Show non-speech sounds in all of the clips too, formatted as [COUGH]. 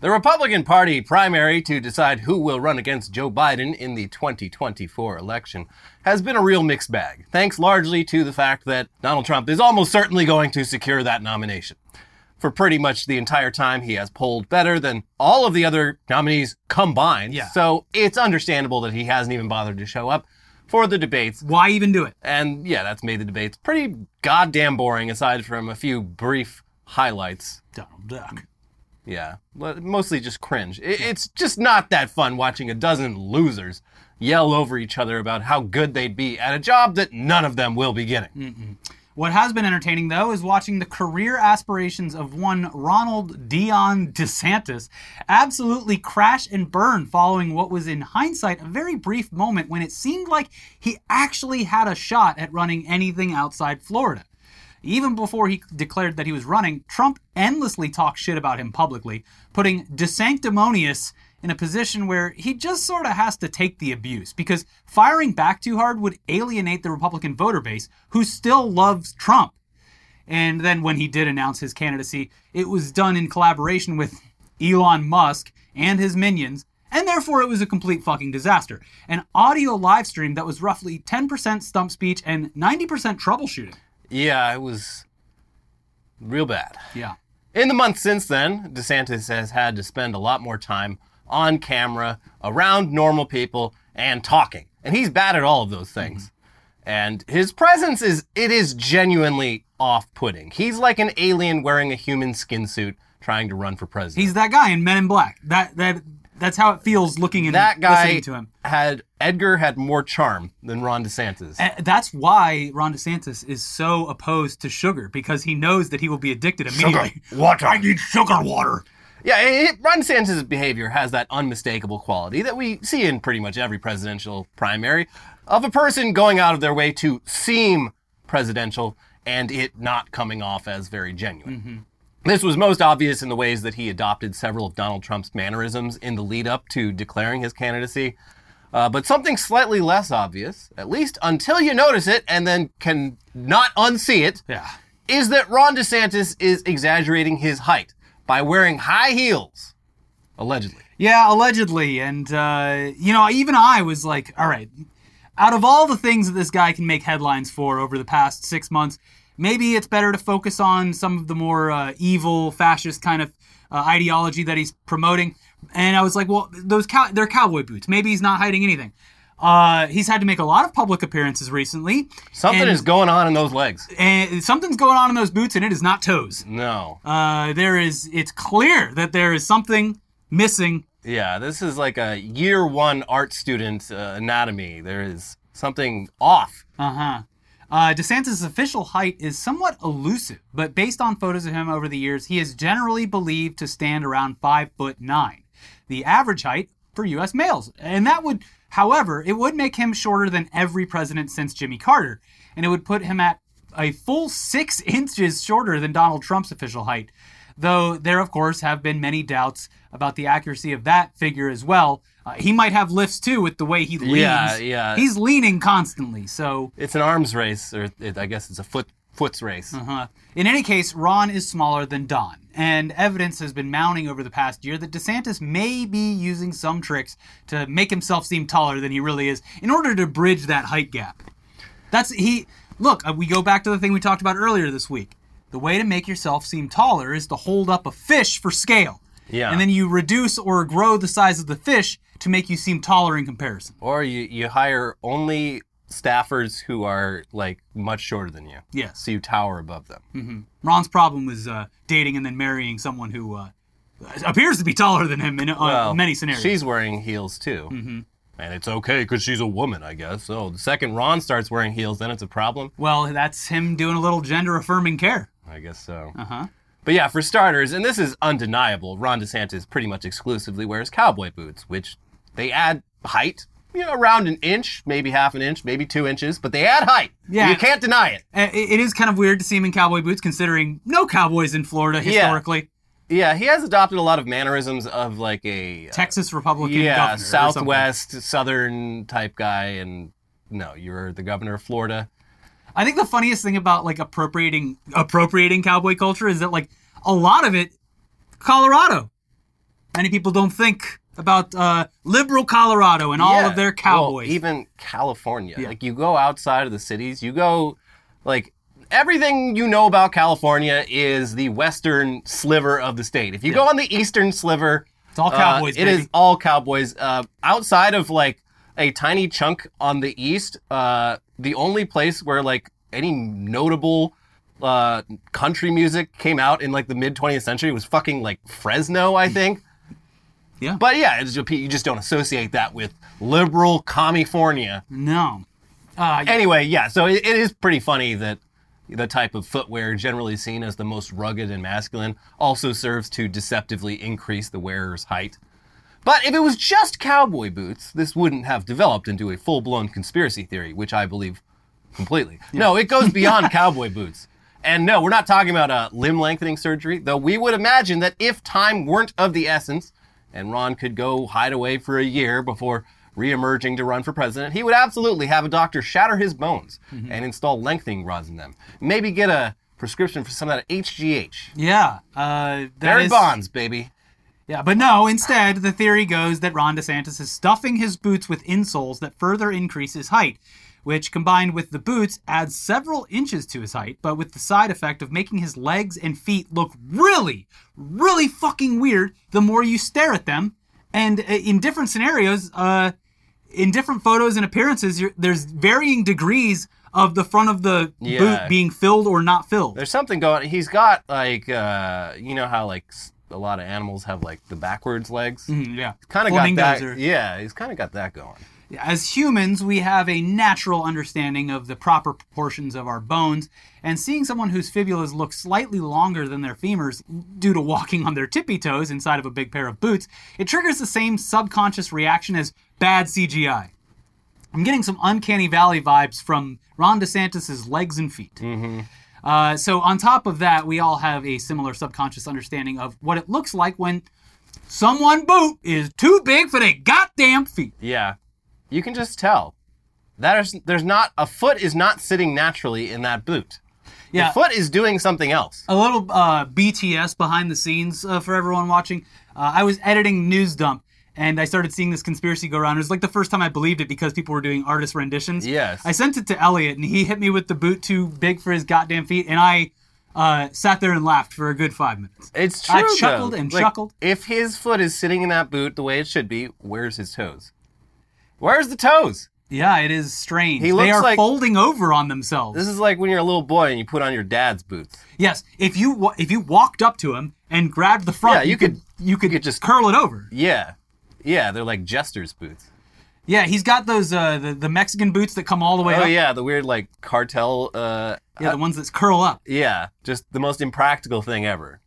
The Republican Party primary to decide who will run against Joe Biden in the 2024 election has been a real mixed bag, thanks largely to the fact that Donald Trump is almost certainly going to secure that nomination. For pretty much the entire time, he has polled better than all of the other nominees combined. Yeah. So it's understandable that he hasn't even bothered to show up for the debates. Why even do it? And yeah, that's made the debates pretty goddamn boring aside from a few brief highlights Donald Duck. yeah, Well, mostly just cringe. It, It's just not that fun watching a dozen losers yell over each other about how good they'd be at a job that none of them will be getting. What has been entertaining, though, is watching the career aspirations of one Ronald Dion DeSantis absolutely crash and burn following what was, in hindsight, a very brief moment when it seemed like he actually had a shot at running anything outside Florida. Even before he declared that he was running, Trump endlessly talked shit about him publicly, putting DeSanctimonious in a position where he just sort of has to take the abuse because firing back too hard would alienate the Republican voter base who still loves Trump. And then when he did announce his candidacy, it was done in collaboration with Elon Musk and his minions, and therefore it was a complete fucking disaster. An audio live stream that was roughly 10% stump speech and 90% troubleshooting. Yeah, it was real bad. Yeah. In the months since then, DeSantis has had to spend a lot more time on camera, around normal people, and talking. And he's bad at all of those things. And his presence is, it is genuinely off putting. He's like an alien wearing a human skin suit trying to run for president. He's that guy in Men in Black. That that that's how it feels looking and that guy listening to him. had Edgar had more charm than Ron DeSantis. And Eh, that's why Ron DeSantis is so opposed to sugar because he knows that he will be addicted immediately. water. I need sugar water. Yeah, it, it- Ron DeSantis' behavior has that unmistakable quality that we see in pretty much every presidential primary of a person going out of their way to seem presidential and it not coming off as very genuine. Mm-hmm. This was most obvious in the ways that he adopted several of Donald Trump's mannerisms in the lead up to declaring his candidacy. Uh, but something slightly less obvious, at least until you notice it and then can not unsee it, Yeah. is that Ron DeSantis is exaggerating his height by wearing high heels, allegedly. Yeah, allegedly. And, uh, you know, even I was like, all right, out of all the things that this guy can make headlines for over the past six months, maybe it's better to focus on some of the more uh, evil fascist kind of uh, ideology that he's promoting. And I was like, well, those cow- they're cowboy boots. Maybe he's not hiding anything. Uh, he's had to make a lot of public appearances recently. Something And- is going on in those legs. And something's going on in those boots, and it is not toes. No. Uh, there is. It's clear that there is something missing Yeah, this is like a year one art student uh, anatomy. There is something off. Uh-huh. Uh, DeSantis' official height is somewhat elusive, but based on photos of him over the years, he is generally believed to stand around five foot nine, the average height for U.S. males. And that would, however, it would make him shorter than every president since Jimmy Carter, and it would put him at a full six [LAUGHS] inches shorter than Donald Trump's official height. Though there, of course, have been many doubts about the accuracy of that figure as well. Uh, he might have lifts too with the way he leans. Yeah, yeah. He's leaning constantly, so It's an arms race, or it, I guess it's a foot foots race. uh-huh. in any case, Ron is smaller than Don, and evidence has been mounting over the past year that DeSantis may be using some tricks to make himself seem taller than he really is in order to bridge that height gap. That's he. Look, uh, we go back to the thing we talked about earlier this week. The way to make yourself seem taller is to hold up a fish for scale. Yeah. And then you reduce or grow the size of the fish to make you seem taller in comparison. Or you, you hire only staffers who are like much shorter than you. Yes. So you tower above them. Ron's problem was uh, dating and then marrying someone who uh, appears to be taller than him in uh, Well, many scenarios. She's wearing heels too. Mm-hmm. And it's okay because she's a woman, I guess. So the second Ron starts wearing heels, then it's a problem. Well, that's him doing a little gender affirming care. I guess so. Uh huh. But yeah, for starters, and this is undeniable, Ron DeSantis pretty much exclusively wears cowboy boots, which they add height, you know, around an inch, maybe half an inch, maybe two inches, but they add height. Yeah. You can't deny it. It is kind of weird to see him in cowboy boots, considering no cowboys in Florida historically. Uh, Yeah, he has adopted a lot of mannerisms of like a uh, Texas Republican yeah, governor. or something. Southwest, Southern type guy, and no, you're the governor of Florida. I think the funniest thing about like appropriating appropriating cowboy culture is that like a lot of it, Colorado. Many people don't think about uh, liberal Colorado and all Yeah. of their Well, cowboys. even California. Like you go outside of the cities, you go like everything you know about California is the western sliver of the state. If you go on the eastern sliver, it's all uh, cowboys. it baby. is all cowboys. Uh, outside of like a tiny chunk on the east, uh, the only place where like any notable uh, country music came out in like the mid 20th century was fucking like Fresno, I think. Mm. Yeah. But yeah, it's, just- you just don't associate that with liberal California. no. Uh, Anyway, yeah, so it, it is pretty funny that the type of footwear generally seen as the most rugged and masculine also serves to deceptively increase the wearer's height. But if it was just cowboy boots, this wouldn't have developed into a full blown conspiracy theory, which I believe completely. No, it goes beyond [LAUGHS] cowboy boots. And no, we're not talking about uh, limb lengthening surgery, though we would imagine that if time weren't of the essence and Ron could go hide away for a year before reemerging to run for president, he would absolutely have a doctor shatter his bones Mm-hmm. and install lengthening rods in them. Maybe get a prescription for some of that HGH. yeah. Uh, that Barry is- Bonds, baby. Yeah, but no, instead, the theory goes that Ron DeSantis is stuffing his boots with insoles that further increase his height, which combined with the boots adds several inches to his height, but with the side effect of making his legs and feet look really, really fucking weird the more you stare at them. And uh, in different scenarios, uh, in different photos and appearances, you're, there's varying degrees of the front of the Yeah. boot being filled or not filled. There's something going. He's got like uh, you know how like s- a lot of animals have like the backwards legs. Mm, yeah. Kind of got Flamingos that. are- Yeah, he's kind of got that going. As humans, we have a natural understanding of the proper proportions of our bones, and seeing someone whose fibulas look slightly longer than their femurs due to walking on their tippy toes inside of a big pair of boots, it triggers the same subconscious reaction as bad CGI. I'm getting some uncanny valley vibes from Ron DeSantis' legs and feet. Uh, so on top of that, we all have a similar subconscious understanding of what it looks like when someone boot is too big for their goddamn feet. Yeah, you can just tell. That is, there's not a foot is not sitting naturally in that boot. Yeah. the foot is doing something else. a little uh, BTS behind the scenes uh, for everyone watching. Uh, I was editing News Dump and I started seeing this conspiracy go around. It was like the first time I believed it because people were doing artist renditions. Yes. I sent it to Elliot and he hit me with the boot too big for his goddamn feet and I uh, sat there and laughed for a good five minutes. It's true. I chuckled though. and Like, chuckled. If his foot is sitting in that boot the way it should be, where's his toes? Where's the toes? Yeah, it is strange. He they looks are like- folding over on themselves. This is like when you're a little boy and you put on your dad's boots. Yes, if you wa- if you walked up to him and grabbed the front, Yeah, you you could you could just- curl it over. Yeah, yeah, they're like jester's boots. Yeah, he's got those uh, the, the Mexican boots that come all the way Oh up. yeah, the weird like cartel. Uh, Yeah, the ones that curl up. yeah, just the most impractical thing ever.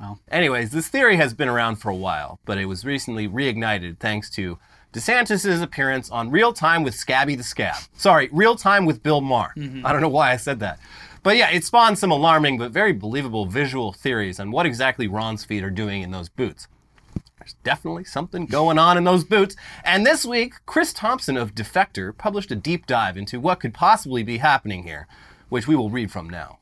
Wow. Anyways, this theory has been around for a while, but it was recently reignited thanks to DeSantis' appearance on Real Time with Scabby the Scab. Sorry, Real Time with Bill Maher. I don't know why I said that. But yeah, it spawned some alarming but very believable visual theories on what exactly Ron's feet are doing in those boots. There's definitely something going on in those boots. And this week, Chris Thompson of Defector published a deep dive into what could possibly be happening here, which we will read from now.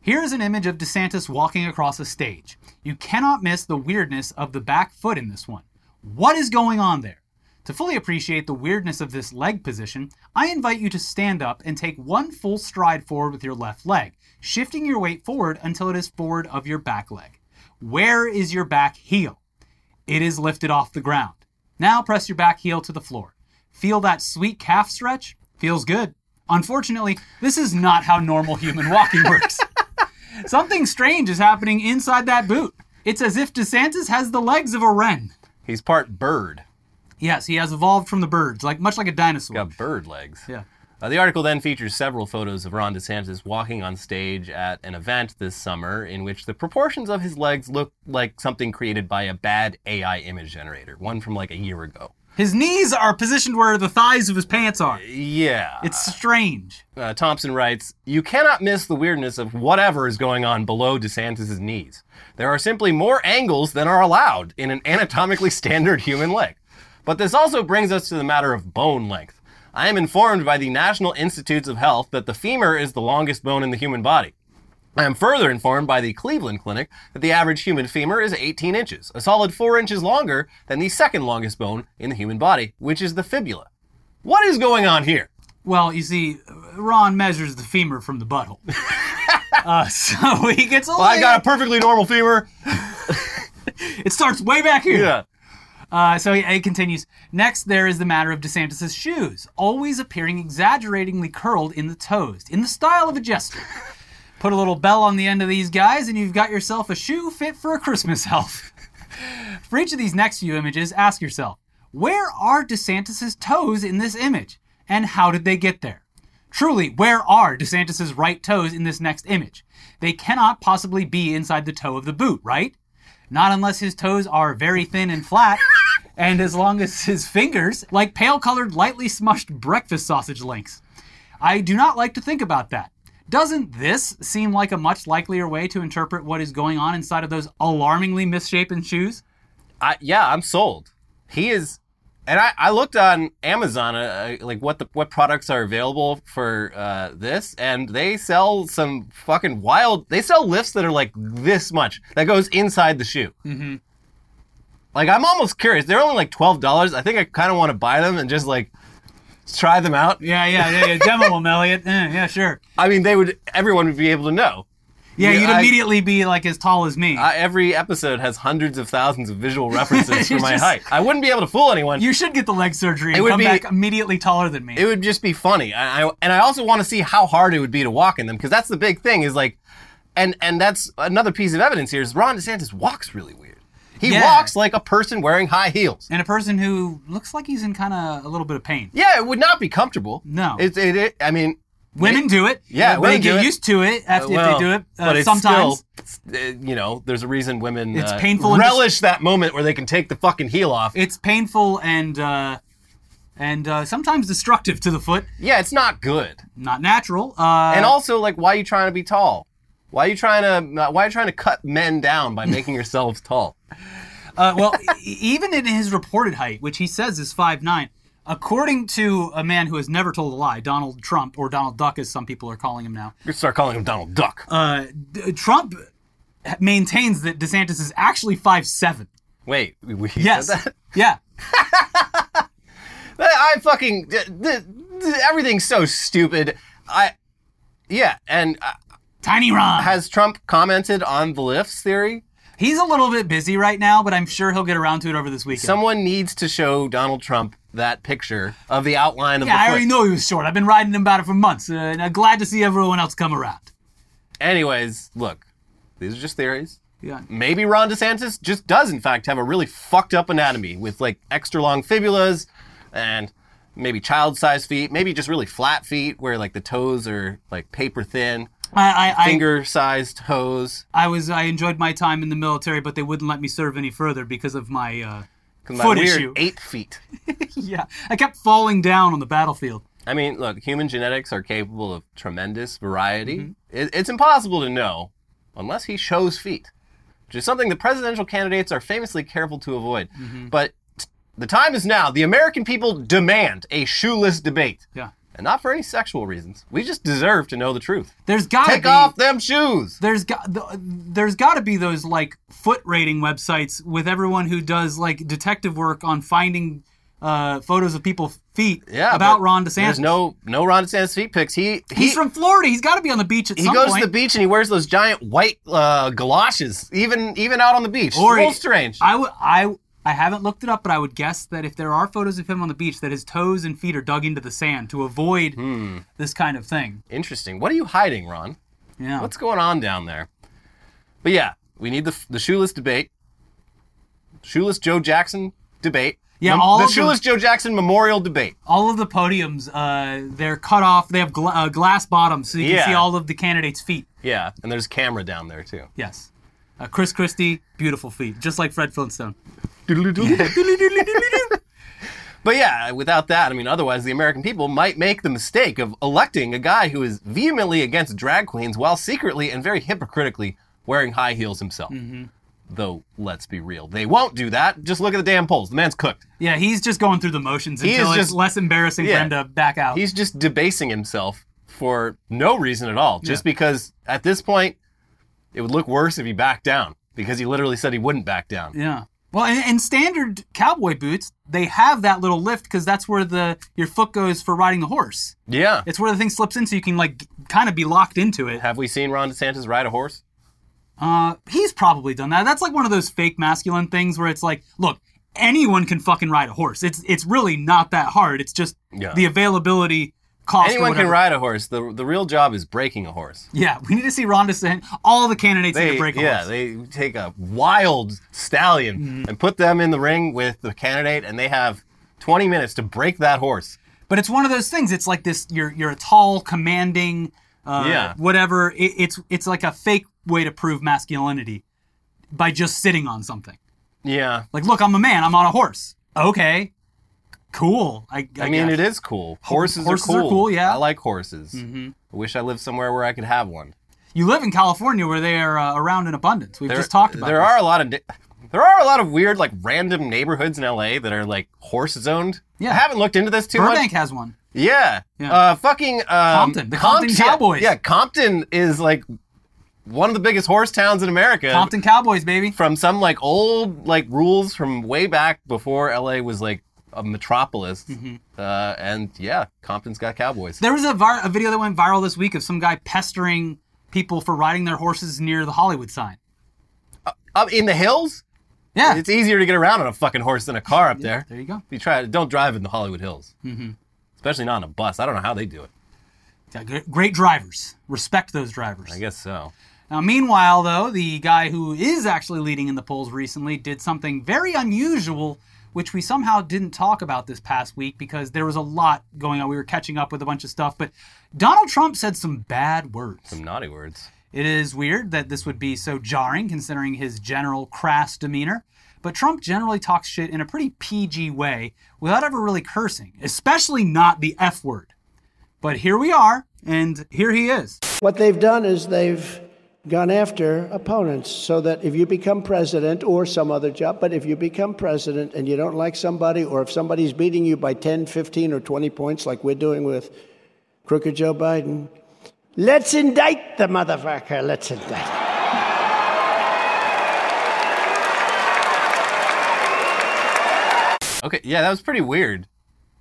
Here is an image of DeSantis walking across a stage. You cannot miss the weirdness of the back foot in this one. What is going on there? To fully appreciate the weirdness of this leg position, I invite you to stand up and take one full stride forward with your left leg, shifting your weight forward until it is forward of your back leg. Where is your back heel? It is lifted off the ground. Now press your back heel to the floor. Feel that sweet calf stretch? Feels good. Unfortunately, this is not how normal human walking works. Something strange is happening inside that boot. It's as if DeSantis has the legs of a wren. He's part bird. Yes, he has evolved from the birds, like much like a dinosaur. Got bird legs. Yeah. Uh, the article then features several photos of Ron DeSantis walking on stage at an event this summer in which the proportions of his legs look like something created by a bad AI image generator, one from like a year ago. His knees are positioned where the thighs of his pants are. Yeah. It's strange. uh, Thompson writes, You cannot miss the weirdness of whatever is going on below DeSantis' knees. There are simply more angles than are allowed in an anatomically [LAUGHS] standard human leg. But this also brings us to the matter of bone length. I am informed by the National Institutes of Health that the femur is the longest bone in the human body. I am further informed by the Cleveland Clinic that the average human femur is 18 inches, a solid 4 inches longer than the second longest bone in the human body, which is the fibula. What is going on here? Well, you see, Ron measures the femur from [LAUGHS] the butthole. uh, so he gets a Well, Oh, I little- got a perfectly normal femur. It starts way back here. Yeah. Uh, so it continues. Next, there is the matter of DeSantis' shoes, always appearing exaggeratingly curled in the toes, in the style of a jester. Put a little bell on the end of these guys, and you've got yourself a shoe fit for a Christmas elf. [LAUGHS] for each of these next few images, ask yourself where are DeSantis' toes in this image, and how did they get there? Truly, where are DeSantis' right toes in this next image? They cannot possibly be inside the toe of the boot, right? Not unless his toes are very thin and flat, and as long as his fingers, like pale colored, lightly smushed breakfast sausage links. I do not like to think about that. Doesn't this seem like a much likelier way to interpret what is going on inside of those alarmingly misshapen shoes? I, yeah, I'm sold. He is, and I, I looked on Amazon, uh, uh, like what the what products are available for uh, this, and they sell some fucking wild. They sell lifts that are like this much that goes inside the shoe. Mm-hmm. Like I'm almost curious. They're only like twelve dollars. I think I kind of want to buy them and just like try them out. Yeah, yeah, yeah, yeah. Demo them, Elliot. Eh, [LAUGHS] yeah, sure. I mean, they would. Everyone would be able to know. Yeah, Yeah, you'd I- immediately be like as tall as me. Uh, every episode has hundreds of thousands of visual [LAUGHS] references for my Just- height. I wouldn't be able to fool anyone. you should get the leg surgery It and would come be- back immediately taller than me. it would just be funny. I, I and I also want to see how hard it would be to walk in them because that's the big thing is like, and and that's another piece of evidence here is Ron DeSantis walks really weird. He Yeah. walks like a person wearing high heels. and a person who looks like he's in kind of a little bit of pain. Yeah, it would not be comfortable. No. it, it, it I mean, Women do it. Yeah, Uh, women they get do it. used to it after if well, they do it. Uh, but it's sometimes still, uh, you know, there's a reason women It's uh, painful and relish that moment where they can take the fucking heel off. it's painful and uh, and uh, sometimes destructive to the foot. yeah, it's not good. Not natural. Uh, And also, like, why are you trying to be tall? Why are you trying to? Why are you trying to cut men down by making [LAUGHS] yourselves tall? uh, well, [LAUGHS] e- even in his reported height, which he says is five nine, according to a man who has never told a lie, Donald Trump or Donald Duck, as some people are calling him now, You start calling him Donald Duck. uh, D- Trump maintains that DeSantis is actually five seven. Wait, [LAUGHS] we- we said Yes. that? Yeah. I fucking th- th- th- everything's so stupid. I yeah, and uh, Tiny Ron. has Trump commented on the lifts theory? He's a little bit busy right now, but I'm sure he'll get around to it over this weekend. Someone needs to show Donald Trump that picture of the outline of Yeah, I the already foot. know he was short. I've been riding him about it for months, uh, and I'm glad to see everyone else come around. Anyways, look, these are just theories. Yeah. Maybe Ron DeSantis just does, in fact, have a really fucked up anatomy with like extra long fibulas and maybe child-sized feet, maybe just really flat feet where like the toes are like paper thin. I, I, I, finger-sized hose. I was I enjoyed my time in the military, but they wouldn't let me serve any further because of [LAUGHS] my uh, My foot weird issue. Eight feet. yeah, I kept falling down on the battlefield. I mean, look, human genetics are capable of tremendous variety. Mm-hmm. It, it's impossible to know unless he shows feet, which is something the presidential candidates are famously careful to avoid. Mm-hmm. But the time is now. The American people demand a shoeless debate. Yeah, And not for any sexual reasons. We just deserve to know the truth. there's gotta Take be off them shoes. there's got th- there's gotta be those like foot rating websites with everyone who does like detective work on finding uh, photos of people's feet Yeah, about but Ron DeSantis. There's no no Ron DeSantis feet pics. He, he He's from Florida. He's got to be on the beach at He some goes point. to the beach and he wears those giant white uh, galoshes, even even out on the beach. Or it's a little he- strange. I would I I haven't looked it up, but I would guess that if there are photos of him on the beach, that his toes and feet are dug into the sand to avoid Hmm. this kind of thing. Interesting. What are you hiding, Ron? Yeah. What's going on down there? But yeah, we need the the shoeless debate, shoeless Joe Jackson debate. Yeah, all the of the- shoeless Joe Jackson memorial debate. all of the podiums, uh, they're cut off. They have gla- uh, glass bottoms, so you Yeah. can see all of the candidates' feet. Yeah, and there's camera down there [LAUGHS] too. Yes. Uh, Chris Christie, beautiful feet, just like Fred Flintstone. But yeah, without that, I mean, otherwise the American people might make the mistake of electing a guy who is vehemently against drag queens while secretly and very hypocritically wearing high heels himself. Mm-hmm. Though, let's be real, they won't do that. Just look at the damn polls. The man's cooked. Yeah, he's just going through the motions is until it's just- less embarrassing for Yeah. him to back out. He's just debasing himself for no reason at all, just because at this point, It would look worse if he backed down because he literally said he wouldn't back down. Yeah. Well, in, in standard cowboy boots, they have that little lift because that's where the your foot goes for riding the horse. Yeah. It's where the thing slips in, so you can like kind of be locked into it. Have we seen Ron DeSantis ride a horse? Uh, he's probably done that. That's like one of those fake masculine things where it's like, look, anyone can fucking ride a horse. It's it's really not that hard. It's just Yeah. the availability cost. or Anyone can whatever. ride a horse. The, the real job is breaking a horse. Yeah, we need to see Ron DeSantis. All the candidates need They, to break a yeah, horse. Mm-hmm. they take a wild stallion and put them in the ring with the candidate, and they have 20 minutes to break that horse. But it's one of those things. It's like this. You're you're a tall, commanding, uh, Yeah. whatever. It, it's it's like a fake way to prove masculinity by just sitting on something. Yeah. Like, look, I'm a man. I'm on a horse. Okay, cool. I, I, I mean, guess. it is cool. Horses, horses are are cool. cool, yeah. Mm-hmm. I like horses. I wish I lived somewhere where I could have one. You live in California where they are uh, around in abundance. We've There- just talked about. There this. are a lot of di- there are a lot of weird like random neighborhoods in LA that are like horse zoned. Yeah. I haven't looked into this too Burbank much. has one. Yeah. Yeah. Uh, fucking um, Compton, the Compton yeah. Cowboys. Yeah, Compton is like one of the biggest horse towns in America. Compton Cowboys, baby. From some like old like rules from way back before LA was like a metropolis. Mm-hmm. Uh, and yeah, Compton's got cowboys. There was a, vir- a video that went viral this week of some guy pestering people for riding their horses near the Hollywood sign. Up in the hills, Yeah, it's easier to get around on a fucking horse than a car up there. there you go. You try don't drive in the Hollywood Hills, mm-hmm. especially not on a bus. I don't know how they do it. Yeah, gr- great drivers. Respect those drivers. I guess so. Now, meanwhile, though, the guy who is actually leading in the polls recently did something very unusual, which we somehow didn't talk about this past week because there was a lot going on. We were catching up with a bunch of stuff, but Donald Trump said some bad words. Some naughty words. It is weird that this would be so jarring considering his general crass demeanor, but Trump generally talks shit in a pretty PG way without ever really cursing, especially not the F word. But here we are, and here he is. What they've done is they've gone after opponents so that if you become president or some other job, but if you become president and you don't like somebody or if somebody's beating you by 10, 15, or 20 points like we're doing with crooked Joe Biden, let's indict the motherfucker. Let's indict. Okay, yeah, that was pretty weird.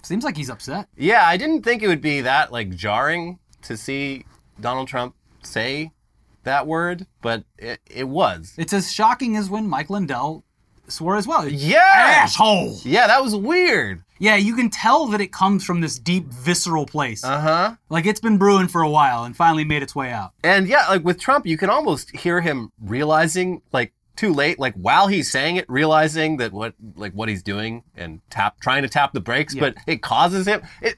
Seems like he's upset. Yeah, I didn't think it would be that like jarring to see Donald Trump say that word, but it, it was. It's as shocking as when Mike Lindell swore as well. Yeah. Asshole! Yeah, that was weird. Yeah, you can tell that it comes from this deep, visceral place. Uh huh. like it's been brewing for a while and finally made its way out. And yeah, like with Trump, you can almost hear him realizing, like too late, like while he's saying it, realizing that what like what he's doing and tap trying to tap the brakes, but it causes him. It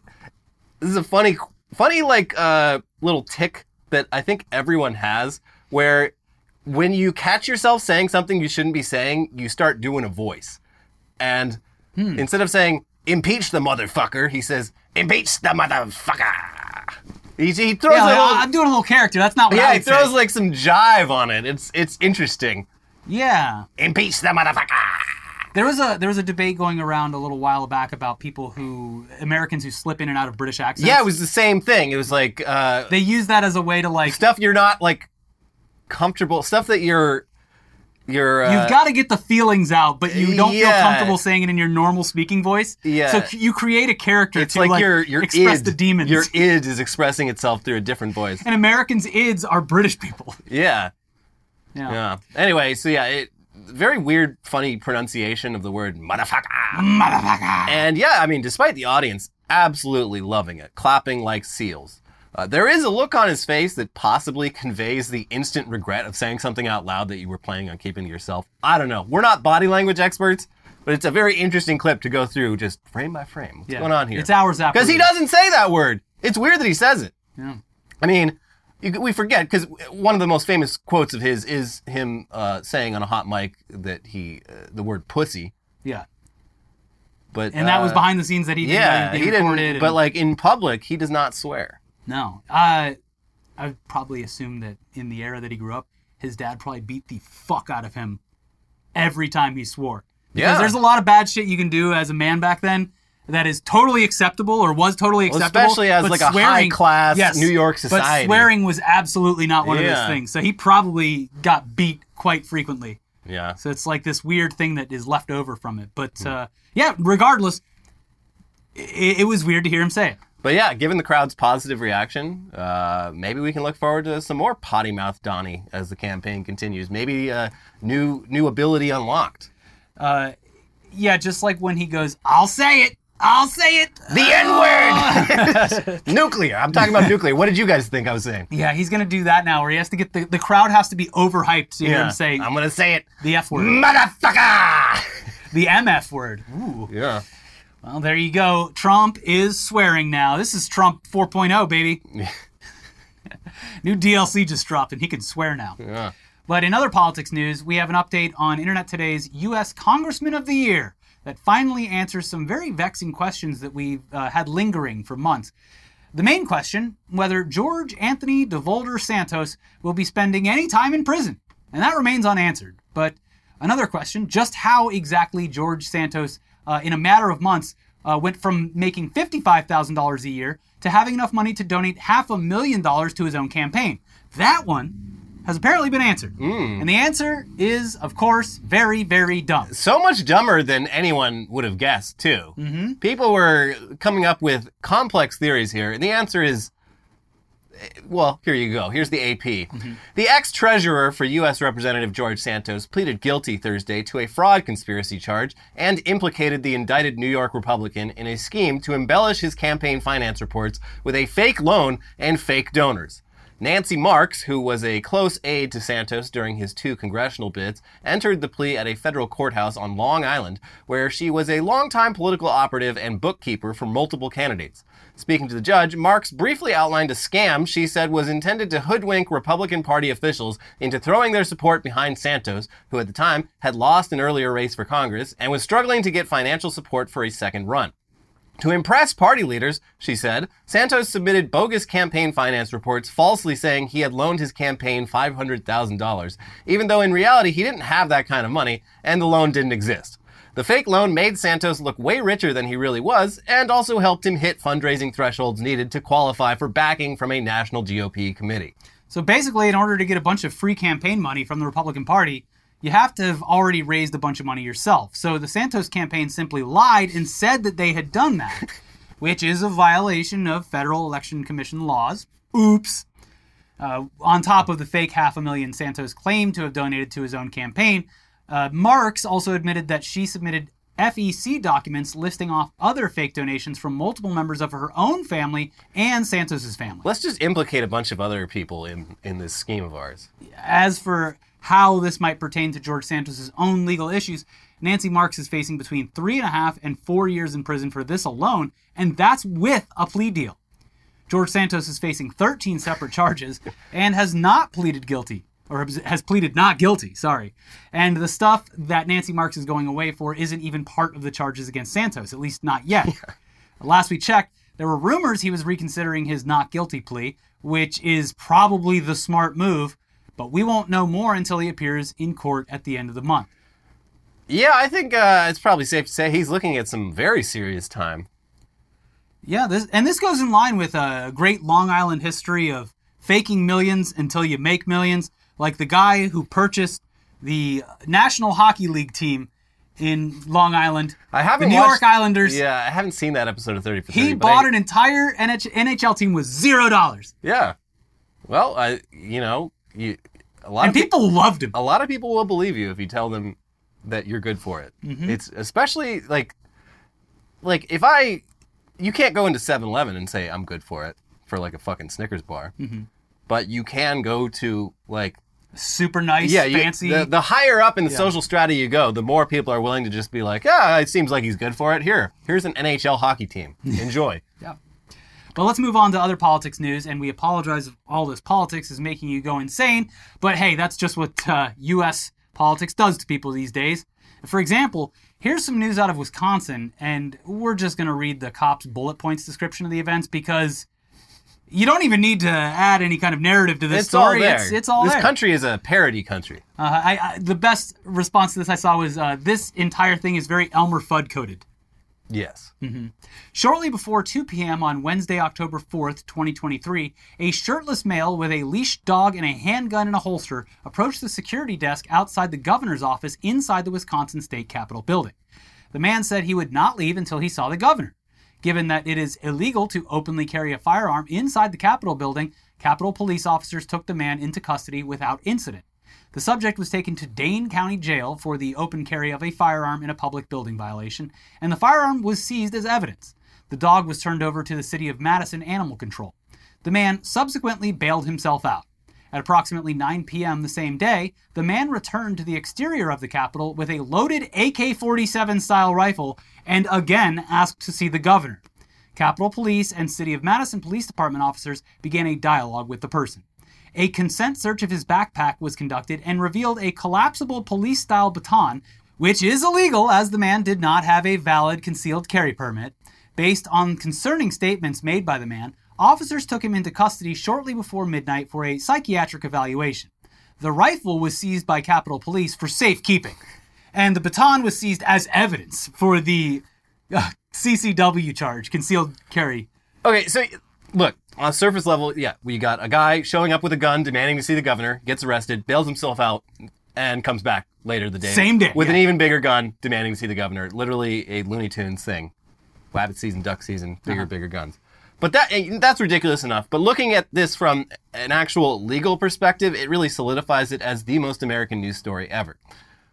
this is a funny, funny like uh, little tick that I think everyone has, where when you catch yourself saying something you shouldn't be saying, you start doing a voice, and instead of saying impeach the motherfucker, he says impeach the motherfucker. He, he throws Yeah, a like, little, "Oh, I'm doing a little character. That's not what I yeah, would he throws say. like some jive on it. It's it's interesting. yeah. Impeach the motherfucker. There was a there was a debate going around a little while back about people who Americans who slip in and out of British accents. Yeah, it was the same thing. It was like uh, they use that as a way to like stuff you're not like comfortable. Stuff that you're you're uh, You've got to get the feelings out, but you don't feel yeah. comfortable saying it in your normal speaking voice. Yeah. So c- you create a character It's to like, your your express id. the demons. Your id is expressing itself through a different [LAUGHS] voice. and Americans' ids are British people. Yeah, Yeah. yeah. Anyway, so yeah, it very weird, funny pronunciation of the word motherfucker. Motherfucker. And yeah, I mean, despite the audience absolutely loving it, clapping like seals, uh, there is a look on his face that possibly conveys the instant regret of saying something out loud that you were planning on keeping to yourself. I don't know. We're not body language experts, but it's a very interesting clip to go through just frame by frame. What's Yeah. going on here? It's hours after. Because he we- doesn't say that word. It's weird that he says it. Yeah. I mean, you, we forget because one of the most famous quotes of his is him uh, saying on a hot mic that he uh, the word pussy. Yeah. But And that was uh, behind the scenes that he didn't know yeah, he he recorded. didn't. and- But like in public, he does not swear. no, I I would probably assume that in the era that he grew up, his dad probably beat the fuck out of him every time he swore. Because Yeah. there's a lot of bad shit you can do as a man back then, that is totally acceptable or was totally Well, acceptable. especially as, but like, a high-class New York society. But swearing was absolutely not one of Yeah. those things. So he probably got beat quite frequently. Yeah. So it's like this weird thing that is left over from it. But uh, yeah, regardless, it, it was weird to hear him say it. But yeah, given the crowd's positive reaction, uh, maybe we can look forward to some more potty mouth Donnie as the campaign continues. Maybe uh, new new ability unlocked. Yeah, just like when he goes, "I'll say it, I'll say it." The N [LAUGHS] word. nuclear. I'm talking about nuclear. What did you guys think I was saying? Yeah, he's gonna do that now, where he has to get the, the crowd has to be overhyped to hear him say I'm gonna say it, the f word, [LAUGHS] motherfucker. the mf word. Ooh. Yeah. Well, there you go. Trump is swearing now. This is Trump 4.0, baby. New DLC just dropped, and he can swear now. Yeah. But in other politics news, we have an update on Internet Today's U.S. Congressman of the Year that finally answers some very vexing questions that we've uh, had lingering for months. The main question whether George Anthony DeVolder Santos will be spending any time in prison. And that remains unanswered. But another question just how exactly George Santos, uh, in a matter of months, uh, went from making $55,000 a year to having enough money to donate half a million dollars to his own campaign. That one has apparently been answered. And the answer is, of course, very, very dumb. So much dumber than anyone would have guessed, too. Mm-hmm. People were coming up with complex theories here, and the answer is well, here you go. Here's the AP. The ex treasurer for U.S. Representative George Santos pleaded guilty Thursday to a fraud conspiracy charge and implicated the indicted New York Republican in a scheme to embellish his campaign finance reports with a fake loan and fake donors. Nancy Marks, who was a close aide to Santos during his two congressional bids, entered the plea at a federal courthouse on Long Island, where she was a longtime political operative and bookkeeper for multiple candidates. Speaking to the judge, Marks briefly outlined a scam she said was intended to hoodwink Republican Party officials into throwing their support behind Santos, who at the time had lost an earlier race for Congress and was struggling to get financial support for a second run. To impress party leaders, she said, Santos submitted bogus campaign finance reports falsely saying he had loaned his campaign $500,000, even though in reality he didn't have that kind of money and the loan didn't exist. The fake loan made Santos look way richer than he really was and also helped him hit fundraising thresholds needed to qualify for backing from a national GOP committee. So basically, in order to get a bunch of free campaign money from the Republican Party, you have to have already raised a bunch of money yourself. So the Santos campaign simply lied and said that they had done that, which is a violation of federal election commission laws. Oops. Uh, on top of the fake half a million Santos claimed to have donated to his own campaign, uh, Marks also admitted that she submitted FEC documents listing off other fake donations from multiple members of her own family and Santos's family. Let's just implicate a bunch of other people in, in this scheme of ours. As for how this might pertain to George Santos's own legal issues, Nancy Marks is facing between three and a half and four years in prison for this alone, and that's with a plea deal. George Santos is facing 13 separate charges and has not pleaded guilty, or has pleaded not guilty, sorry. And the stuff that Nancy Marks is going away for isn't even part of the charges against Santos, at least not yet. Last we checked, there were rumors he was reconsidering his not guilty plea, which is probably the smart move, but we won't know more until he appears in court at the end of the month. Yeah, I think uh, it's probably safe to say he's looking at some very serious time. Yeah, this and this goes in line with a great Long Island history of faking millions until you make millions, like the guy who purchased the National Hockey League team in Long Island. I haven't the New watched- York Islanders. Yeah, I haven't seen that episode of 30 for 30. He but bought I- an entire NH- NHL team with zero dollars, Yeah. Well, I you know, you a lot and of Oh. people people loved him. a lot of people will believe you if you tell them that you're good for it. Mm-hmm. It's especially like like if I you can't go into 7-Eleven and say I'm good for it for like a fucking Snickers bar. Mm-hmm. But you can go to like Super nice, yeah, you, fancy. The, the higher up in the social strata you go, the more people are willing to just be like, ah, it seems like he's good for it. Here, here's an NHL hockey [LAUGHS] team. Enjoy. Yeah. But let's move on to other politics news, and we apologize if all this politics is making you go insane. But hey, that's just what uh, U.S. politics does to people these days. For example, here's some news out of Wisconsin, and we're just going to read the cop's bullet points description of the events because you don't even need to add any kind of narrative to this It's all story. there. It's, it's all this there. country is a parody country. Uh, I, I, the best response to this I saw was uh, this entire thing is very Elmer Fudd coded. Yes. Shortly before 2 p.m. on Wednesday, October 4th, 2023, a shirtless male with a leashed dog and a handgun in a holster approached the security desk outside the governor's office inside the Wisconsin State Capitol building. The man said he would not leave until he saw the governor. Given that it is illegal to openly carry a firearm inside the Capitol building, Capitol police officers took the man into custody without incident. The subject was taken to Dane County Jail for the open carry of a firearm in a public building violation, and the firearm was seized as evidence. The dog was turned over to the city of Madison Animal Control. The man subsequently bailed himself out. At approximately 9 p.m. the same day, the man returned to the exterior of the Capitol with a loaded AK 47 style rifle and again asked to see the governor. Capitol Police and City of Madison Police Department officers began a dialogue with the person. A consent search of his backpack was conducted and revealed a collapsible police style baton, which is illegal as the man did not have a valid concealed carry permit. Based on concerning statements made by the man, officers took him into custody shortly before midnight for a psychiatric evaluation. The rifle was seized by Capitol Police for safekeeping, and the baton was seized as evidence for the uh, CCW charge, concealed carry. Okay, so look, on a surface level, yeah, we got a guy showing up with a gun demanding to see the governor, gets arrested, bails himself out, and comes back later the day. Same day, With an yeah. even bigger gun demanding to see the governor. Literally a Looney Tunes thing. Wabbit season, duck season, Uh-huh. bigger, bigger guns. But that eh, that's ridiculous enough. But looking at this from an actual legal perspective, it really solidifies it as the most American news story ever.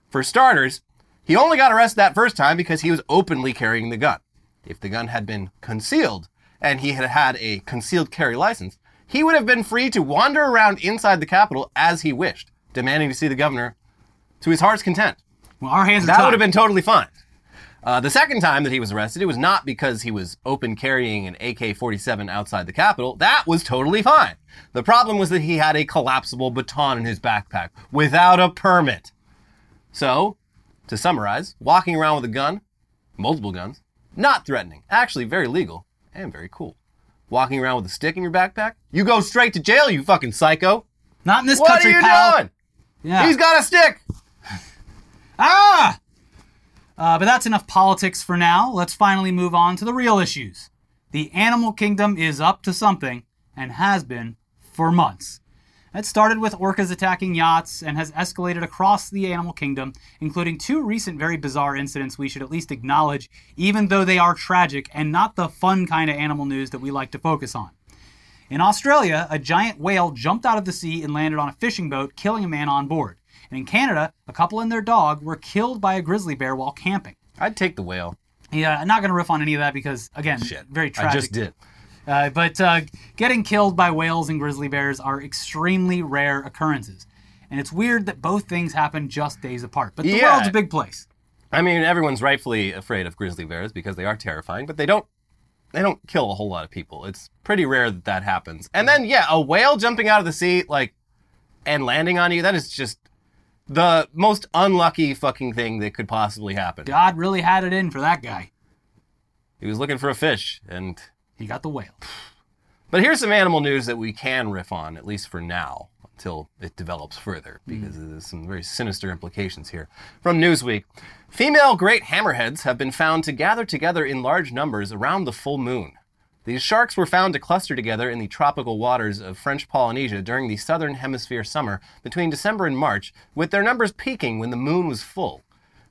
For starters, he only got arrested that first time because he was openly carrying the gun. If the gun had been concealed and he had had a concealed carry license, he would have been free to wander around inside the Capitol as he wished, demanding to see the governor to his heart's content. Well, our hands are That tied. would have been totally fine. Uh, the second time that he was arrested, it was not because he was open carrying an AK 47 outside the Capitol. That was totally fine. The problem was that he had a collapsible baton in his backpack without a permit. So, to summarize, walking around with a gun, multiple guns, not threatening, actually very legal and very cool. Walking around with a stick in your backpack, you go straight to jail, you fucking psycho. Not in this What country, are you pal. doing? Yeah. He's got a stick. Ah! Uh, but that's enough politics for now. Let's finally move on to the real issues. The animal kingdom is up to something and has been for months. It started with orcas attacking yachts and has escalated across the animal kingdom, including two recent very bizarre incidents we should at least acknowledge, even though they are tragic and not the fun kind of animal news that we like to focus on. In Australia, a giant whale jumped out of the sea and landed on a fishing boat, killing a man on board. And in Canada, a couple and their dog were killed by a grizzly bear while camping. I'd take the whale. Yeah, I'm not going to riff on any of that because, again, very tragic. I just did. Uh, but uh, getting killed by whales and grizzly bears are extremely rare occurrences. And it's weird that both things happen just days apart. But the Yeah. world's a big place. I mean, everyone's rightfully afraid of grizzly bears because they are terrifying, but they don't they don't kill a whole lot of people. It's pretty rare that that happens. And then yeah, a whale jumping out of the sea like and landing on you, that is just the most unlucky fucking thing that could possibly happen. God really had it in for that guy. He was looking for a fish and He got the whale. but here's some animal news that we can riff on at least for now until it develops further because there's some very sinister implications here. From Newsweek, female great hammerheads have been found to gather together in large numbers around the full moon. These sharks were found to cluster together in the tropical waters of French Polynesia during the southern hemisphere summer between December and March, with their numbers peaking when the moon was full.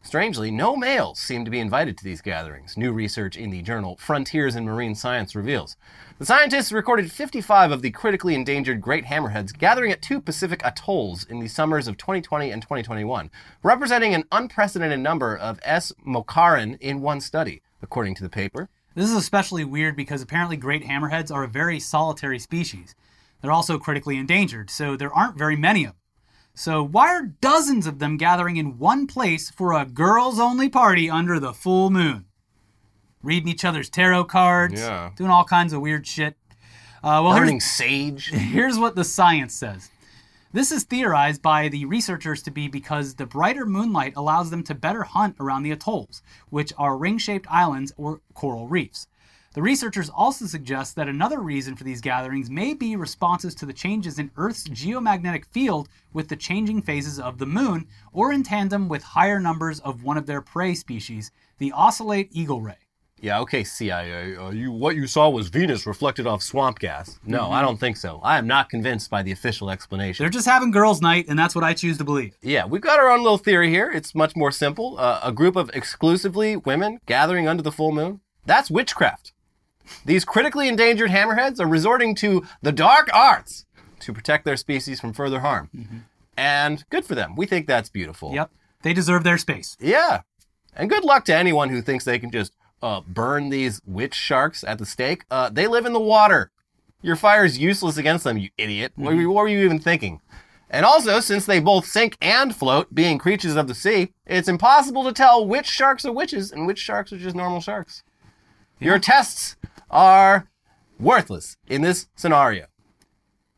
Strangely, no males seem to be invited to these gatherings, new research in the journal Frontiers in Marine Science reveals. The scientists recorded 55 of the critically endangered great hammerheads gathering at two Pacific atolls in the summers of 2020 and 2021, representing an unprecedented number of S. mocarin in one study, according to the paper. This is especially weird because apparently great hammerheads are a very solitary species. They're also critically endangered, so there aren't very many of them. So why are dozens of them gathering in one place for a girls only party under the full moon? Reading each other's tarot cards, Yeah. doing all kinds of weird shit. Uh, well, here's- Burning sage. Here's what the science says. This is theorized by the researchers to be because the brighter moonlight allows them to better hunt around the atolls, which are ring shaped islands or coral reefs. The researchers also suggest that another reason for these gatherings may be responses to the changes in Earth's geomagnetic field with the changing phases of the moon, or in tandem with higher numbers of one of their prey species, the oscillate eagle ray. Yeah, okay, CIA. Uh, you, what you saw was Venus reflected off swamp gas. No, I don't think so. I am not convinced by the official explanation. They're just having girls' night, and that's what I choose to believe. yeah, we've got our own little theory here. It's much more simple. Uh, a group of exclusively women gathering under the full moon. That's witchcraft. These critically endangered hammerheads are resorting to the dark arts to protect their species from further harm. And good for them. We think that's beautiful. Yep. They deserve their space. Yeah. And good luck to anyone who thinks they can just uh, burn these witch sharks at the stake. Uh, they live in the water. Your fire is useless against them, you idiot. What, were you, what were you even thinking? And also, since they both sink and float, being creatures of the sea, it's impossible to tell which sharks are witches and which sharks are just normal sharks. Your tests are worthless in this scenario.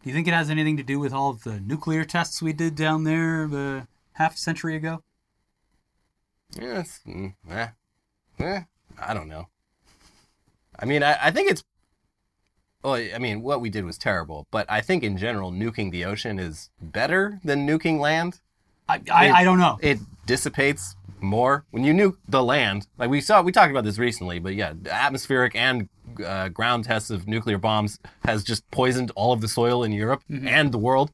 Do you think it has anything to do with all of the nuclear tests we did down there uh, half a century ago? Yes. Mm, eh. Eh. I don't know. I mean, I, I think it's. Well, I mean, what we did was terrible, but I think in general, nuking the ocean is better than nuking land. I, I, I don't know. It dissipates more when you nuke the land. Like we saw, we talked about this recently, but yeah, the atmospheric and uh, ground tests of nuclear bombs has just poisoned all of the soil in Europe Mm-hmm. and the world.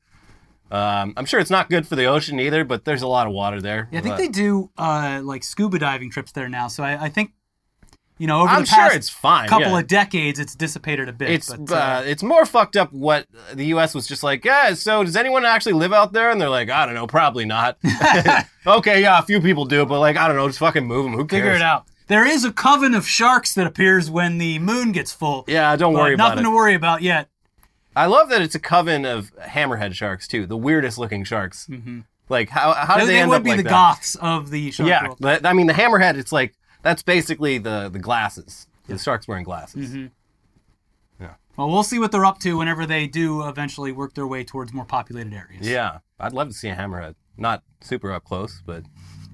Um, I'm sure it's not good for the ocean either, but there's a lot of water there. Yeah, I think Uh, they do uh, like scuba diving trips there now. So I, I think, you know, over I'm the sure past it's fine, couple yeah. of decades, it's dissipated a bit. It's but, uh, it's more fucked up what the U.S. was just like. Yeah, so does anyone actually live out there? And they're like, I don't know, probably [LAUGHS] not. [LAUGHS] okay, yeah, a few people do, but like, I don't know, just fucking move them. Who cares? figure it out. There is a coven of sharks that appears when the moon gets full. Yeah, don't but worry about nothing it. to worry about yet. I love that it's a coven of hammerhead sharks too, the weirdest looking sharks. Like how how Mm-hmm. They, did they, they end would up be like the that? goths of the shark Yeah, world. but, I mean the hammerhead. It's like that's basically the the glasses. The sharks wearing glasses. Mm-hmm. Well, we'll see what they're up to whenever they do eventually work their way towards more populated areas. Yeah, I'd love to see a hammerhead. Not super up close, but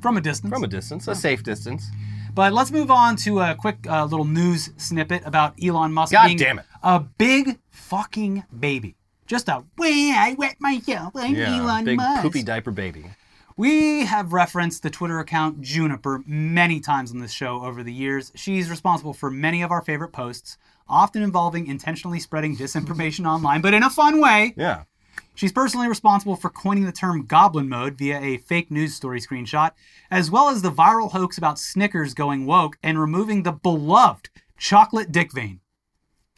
From a distance. from a distance, a safe distance. But let's move on to a quick uh, little news snippet about Elon Musk God being damn it. a big fucking baby. Just a way I wet myself. I'm Yeah, Elon big Musk. poopy diaper baby. We have referenced the Twitter account Juniper many times on this show over the years. She's responsible for many of our favorite posts, often involving intentionally spreading disinformation [LAUGHS] online, but in a fun way. Yeah. She's personally responsible for coining the term goblin mode via a fake news story screenshot, as well as the viral hoax about Snickers going woke and removing the beloved chocolate dick vein.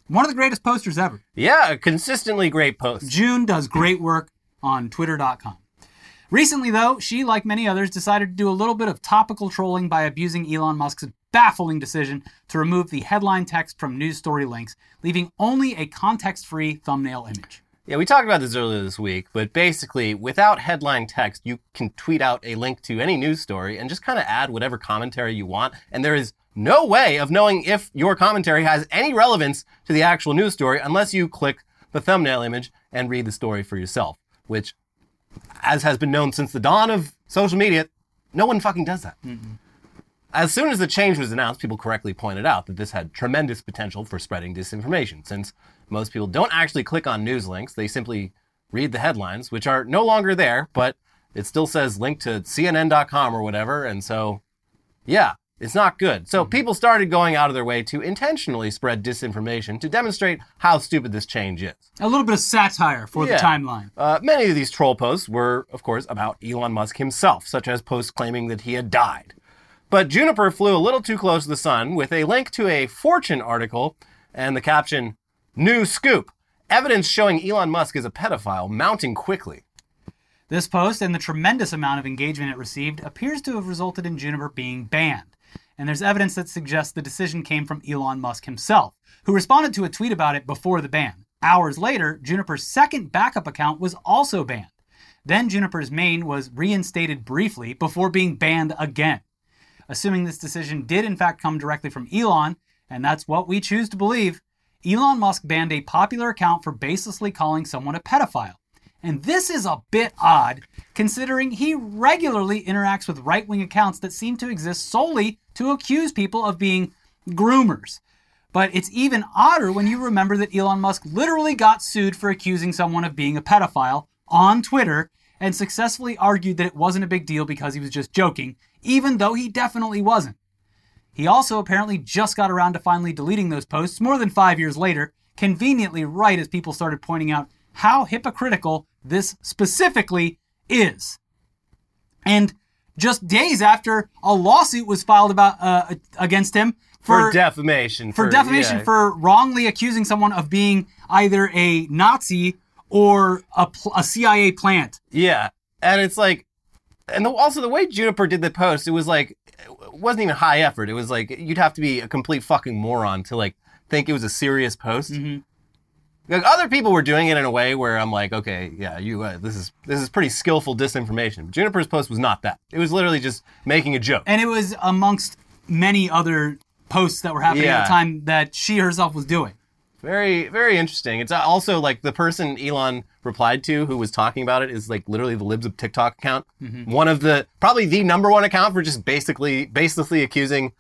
One of the greatest posters ever. Yeah, a consistently great post. June does great work on twitter.com. Recently, though, she, like many others, decided to do a little bit of topical trolling by abusing Elon Musk's baffling decision to remove the headline text from news story links, leaving only a context free thumbnail image. Yeah, we talked about this earlier this week, but basically, without headline text, you can tweet out a link to any news story and just kind of add whatever commentary you want. And there is no way of knowing if your commentary has any relevance to the actual news story unless you click the thumbnail image and read the story for yourself, which, as has been known since the dawn of social media, no one fucking does that. As soon as the change was announced, people correctly pointed out that this had tremendous potential for spreading disinformation, since most people don't actually click on news links. They simply read the headlines, which are no longer there, but it still says link to CNN.com or whatever. And so, yeah, it's not good. So people started going out of their way to intentionally spread disinformation to demonstrate how stupid this change is. A little bit of satire for Yeah. the timeline. Uh, many of these troll posts were, of course, about Elon Musk himself, such as posts claiming that he had died. But Juniper flew a little too close to the sun with a link to a Fortune article and the caption New Scoop Evidence showing Elon Musk is a pedophile mounting quickly. This post and the tremendous amount of engagement it received appears to have resulted in Juniper being banned. And there's evidence that suggests the decision came from Elon Musk himself, who responded to a tweet about it before the ban. Hours later, Juniper's second backup account was also banned. Then Juniper's main was reinstated briefly before being banned again. Assuming this decision did in fact come directly from Elon, and that's what we choose to believe, Elon Musk banned a popular account for baselessly calling someone a pedophile. And this is a bit odd, considering he regularly interacts with right wing accounts that seem to exist solely to accuse people of being groomers. But it's even odder when you remember that Elon Musk literally got sued for accusing someone of being a pedophile on Twitter and successfully argued that it wasn't a big deal because he was just joking, even though he definitely wasn't. He also apparently just got around to finally deleting those posts more than five years later, conveniently right as people started pointing out how hypocritical this specifically is. And just days after a lawsuit was filed about uh, against him for, defamation. for defamation yeah. for wrongly accusing someone of being either a Nazi or a, pl- a CIA plant. Yeah, and it's like, and the, also the way Juniper did the post, it was like, it wasn't even high effort. It was like you'd have to be a complete fucking moron to like think it was a serious post. Like other people were doing it in a way where I'm like, okay, yeah, you, uh, this is this is pretty skillful disinformation. Juniper's post was not that. It was literally just making a joke. And it was amongst many other posts that were happening at Yeah. the time that she herself was doing. Very, very interesting. It's also like the person Elon replied to who was talking about it is like literally the Libs of TikTok account. Mm-hmm. One of the probably the number one account for just basically baselessly accusing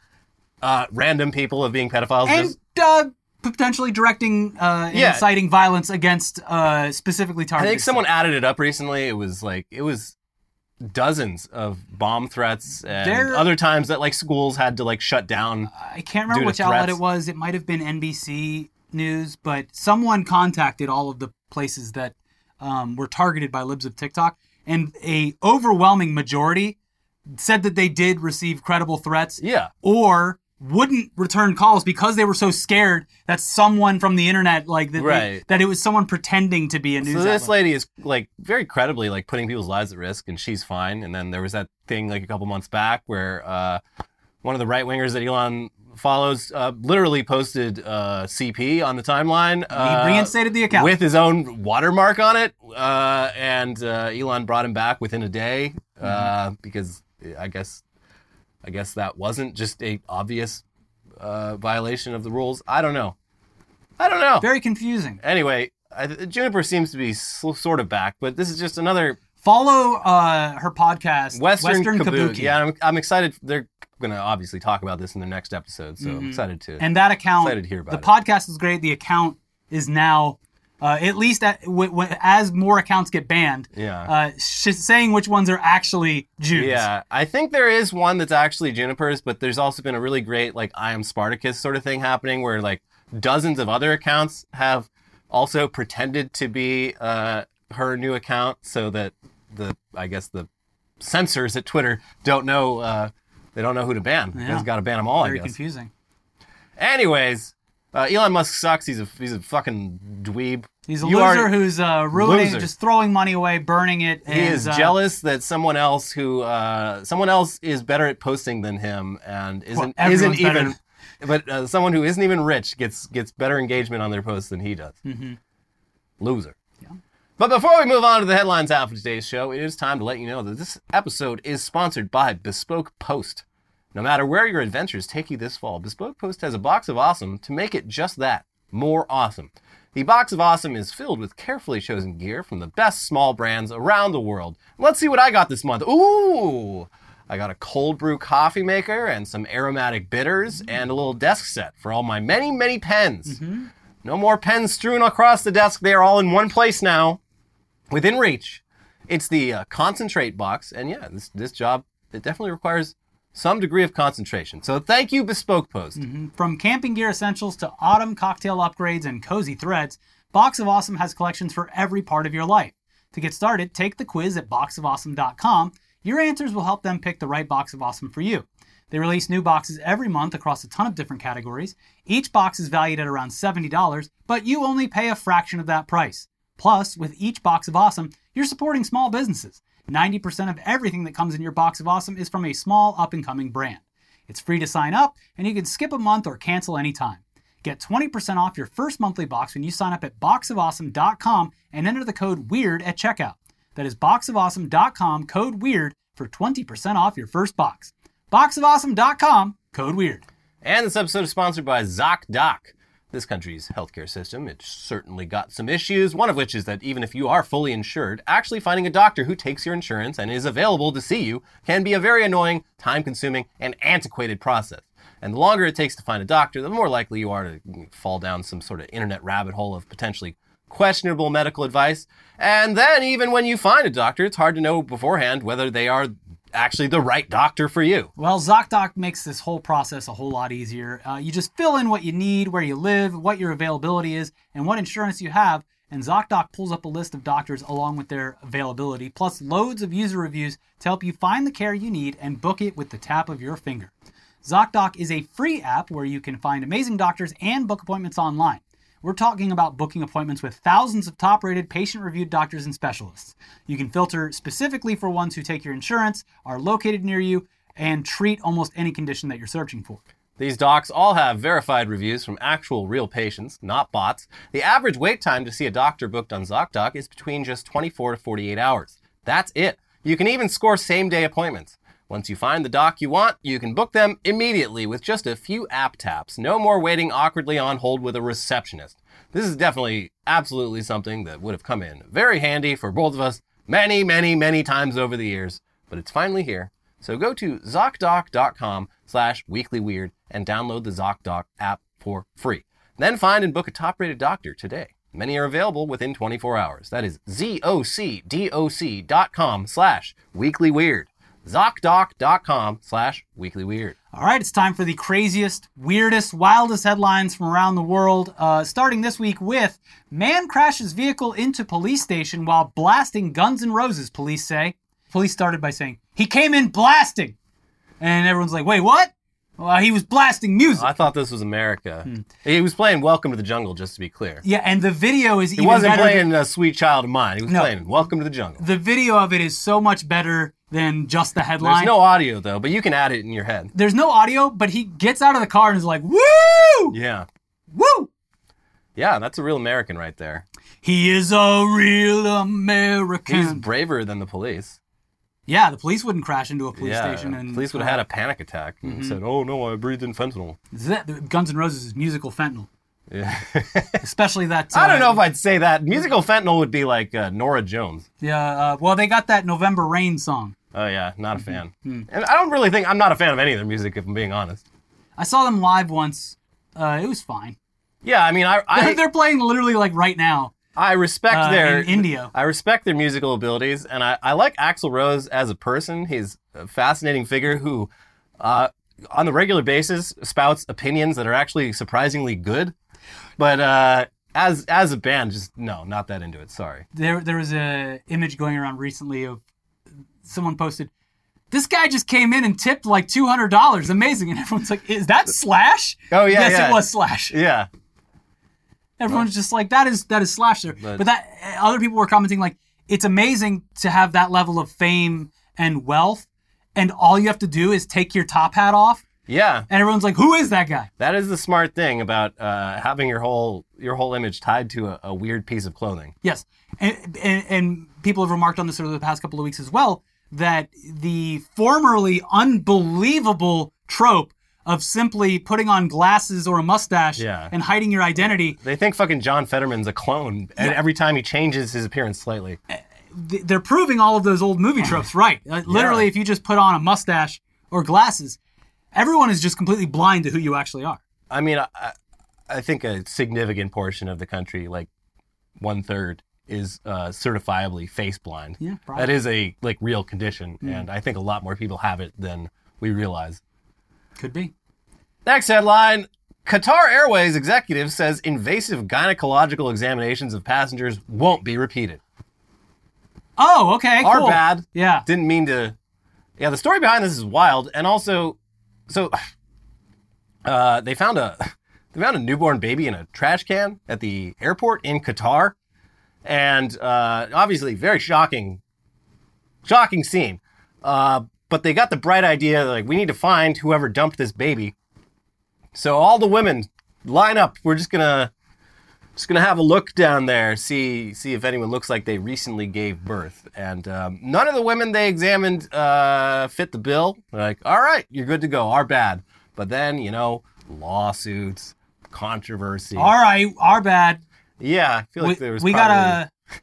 uh, random people of being pedophiles. And Just- uh, potentially directing uh, and Yeah. inciting violence against uh, specifically I targeted. think someone added it up recently. It was like it was dozens of bomb threats and There- Uh, other times that like schools had to like shut down. I can't due remember to which outlet threats. it was. It might have been NBC News, but someone contacted all of the places that um, were targeted by libs of TikTok, and a overwhelming majority said that they did receive credible threats Yeah. or wouldn't return calls because they were so scared that someone from the internet like that, they- Right. that it was someone pretending to be a news So this outlet. lady is like very credibly like putting people's lives at risk, and she's fine. And then there was that thing like a couple months back where uh, one of the right wingers that Elon follows uh, literally posted uh, CP on the timeline. Uh, reinstated the account. with his own watermark on it, uh, and uh, Elon brought him back within a day uh, because I guess I guess that wasn't just a obvious uh, violation of the rules. I don't know. I don't know very confusing anyway, I, Juniper seems to be s sort of back, but this is just another follow uh, her podcast Western, kabuki. kabuki Yeah, I'm, I'm excited. They're going to obviously talk about this in their next episode, so I'm excited to. Mm-hmm. and that account Excited to hear about the it. podcast is great the account is now uh, at least at, w- w- as more accounts get banned Yeah. uh, sh- saying which ones are actually jews yeah, I think there is one that's actually Juniper's, but there's also been a really great like I am Spartacus sort of thing happening where like dozens of other accounts have also pretended to be uh, her new account, so that the I guess the censors at Twitter don't know uh, they don't know who to ban. They've got to ban them all. very I guess. confusing Anyways, uh, Elon Musk sucks. He's a he's a fucking dweeb. he's a You loser are- who's uh, ruining Loser. just throwing money away burning it he is uh, jealous that someone else who uh, someone else is better at posting than him and isn't everyone's isn't better even. But uh, someone who isn't even rich gets gets better engagement on their posts than he does. Mm-hmm. Loser. But before we move on to the headlines half of today's show, it is time to let you know that this episode is sponsored by Bespoke Post. No matter where your adventures take you this fall, Bespoke Post has a box of awesome to make it just that more awesome. The box of awesome is filled with carefully chosen gear from the best small brands around the world. Let's see what I got this month. Ooh! I got a cold brew coffee maker and some aromatic bitters and a little desk set for all my many, many pens. No more pens strewn across the desk. They are all in one place now, within reach. It's the uh, concentrate box, and yeah, this this job it definitely requires some degree of concentration. So thank you, Bespoke Post. From camping gear essentials to autumn cocktail upgrades and cozy threads, Box of Awesome has collections for every part of your life. To get started, take the quiz at boxofawesome.com. Your answers will help them pick the right box of awesome for you. They release new boxes every month across a ton of different categories. Each box is valued at around $70, but you only pay a fraction of that price. Plus, with each box of awesome, you're supporting small businesses. 90% of everything that comes in your box of awesome is from a small up and coming brand. It's free to sign up, and you can skip a month or cancel anytime. Get 20% off your first monthly box when you sign up at boxofawesome.com and enter the code WEIRD at checkout. That is boxofawesome.com, code WEIRD, for 20% off your first box. Boxofawesome.com, code WEIRD. And this episode is sponsored by ZocDoc. This country's healthcare system, it's certainly got some issues, one of which is that even if you are fully insured, actually finding a doctor who takes your insurance and is available to see you can be a very annoying, time consuming, and antiquated process. And the longer it takes to find a doctor, the more likely you are to fall down some sort of internet rabbit hole of potentially questionable medical advice. And then, even when you find a doctor, it's hard to know beforehand whether they are actually the right doctor for you. Well, ZocDoc makes this whole process a whole lot easier. Uh, you just fill in what you need, where you live, what your availability is, and what insurance you have, and ZocDoc pulls up a list of doctors along with their availability, plus loads of user reviews to help you find the care you need and book it with the tap of your finger. ZocDoc is a free app where you can find amazing doctors and book appointments online. We're talking about booking appointments with thousands of top rated, patient reviewed doctors and specialists. You can filter specifically for ones who take your insurance, are located near you, and treat almost any condition that you're searching for. These docs all have verified reviews from actual real patients, not bots. The average wait time to see a doctor booked on ZocDoc is between just 24 to 48 hours. That's it. You can even score same day appointments. Once you find the doc you want, you can book them immediately with just a few app taps. No more waiting awkwardly on hold with a receptionist. This is definitely, absolutely something that would have come in very handy for both of us many, many, many times over the years, but it's finally here. So go to ZocDoc.com slash weeklyweird and download the ZocDoc app for free. Then find and book a top-rated doctor today. Many are available within 24 hours. That is ZocDoc.com slash weeklyweird zocdoc.com slash weeklyweird. All right, it's time for the craziest, weirdest, wildest headlines from around the world. Uh, starting this week with man crashes vehicle into police station while blasting Guns N' Roses. Police say. Police started by saying he came in blasting, and everyone's like, "Wait, what?" Well, he was blasting music. Oh, I thought this was America. Hmm. He was playing Welcome to the Jungle, just to be clear. yeah, and the video is He even wasn't better. playing uh, Sweet Child of Mine. He was No. playing Welcome to the Jungle. the video of it is so much better than just the headline. There's no audio, though, but you can add it in your head. There's no audio, but he gets out of the car and is like, "Woo, Yeah. woo!" Yeah, that's a real American right there. He is a real He's American. braver than the police. Yeah, the police wouldn't crash into a police yeah, station. And uh, Mm-hmm. police would have had a panic attack and said, "Oh no, I breathed in fentanyl." had a Guns N' Roses is musical fentanyl, Yeah. [LAUGHS] especially that. I don't know uh, if I'd say that. Musical fentanyl would be like uh, Nora Jones. Yeah, uh, well, they got that November Rain song. Oh yeah, not a Mm-hmm. fan. Hmm. And I don't really think I'm not a fan of any of their music, if I'm being honest. I saw them live once. Uh, it was fine. Yeah, I mean, I [LAUGHS] I, They're playing literally like right now. I respect uh, their in India. I respect their musical abilities, and I, I like Axl Rose as a person. He's a fascinating figure who, uh, on the regular basis, spouts opinions that are actually surprisingly good. But uh, as as a band, just no, not that into it. Sorry. There, there was a image going around recently of someone posted. This guy just came in and tipped like two hundred dollars. Amazing, and everyone's like, "Is [LAUGHS] that Slash?" Oh, yeah, yes, yeah. it was Slash. Yeah. Everyone's just like, that is that is slash there. But, that other people were commenting like, it's amazing to have that level of fame and wealth, and all you have to do is take your top hat off, Yeah, and everyone's like, who is that guy? that is the smart thing about uh, having your whole your whole image tied to a, a weird piece of clothing. Yes, and, and and people have remarked on this over the past couple of weeks as well that the formerly unbelievable trope of simply putting on glasses or a mustache Yeah. and hiding your identity They think fucking John Fetterman's a clone, and every time he changes his appearance slightly. th- they're proving all of those old movie tropes right. Like, Literally, if you just put on a mustache or glasses, everyone is just completely blind to who you actually are. I mean, I, I- I think a significant portion of the country, like one third, is uh, certifiably face blind. Yeah, probably. Mm. that is a like real condition, and I think a lot more people have it than we realize. Could be. Next headline. Qatar Airways executive says invasive gynecological examinations of passengers won't be repeated. Oh, okay. Are cool. bad. Yeah. Didn't mean to. Yeah, the story behind this is wild, and also, so uh, they found a [LAUGHS] they found a newborn baby in a trash can at the airport in Qatar, and uh, obviously very shocking, shocking scene. Uh, but they got the bright idea like we need to find whoever dumped this baby. So all the women line up. We're just gonna just gonna have a look down there, see see if anyone looks like they recently gave birth. And um, none of the women they examined uh, fit the bill. They're like, all right, you're good to go. Our bad. But then you know, lawsuits, controversy. All right. Are bad. yeah, I feel like we there was we probably... gotta [LAUGHS]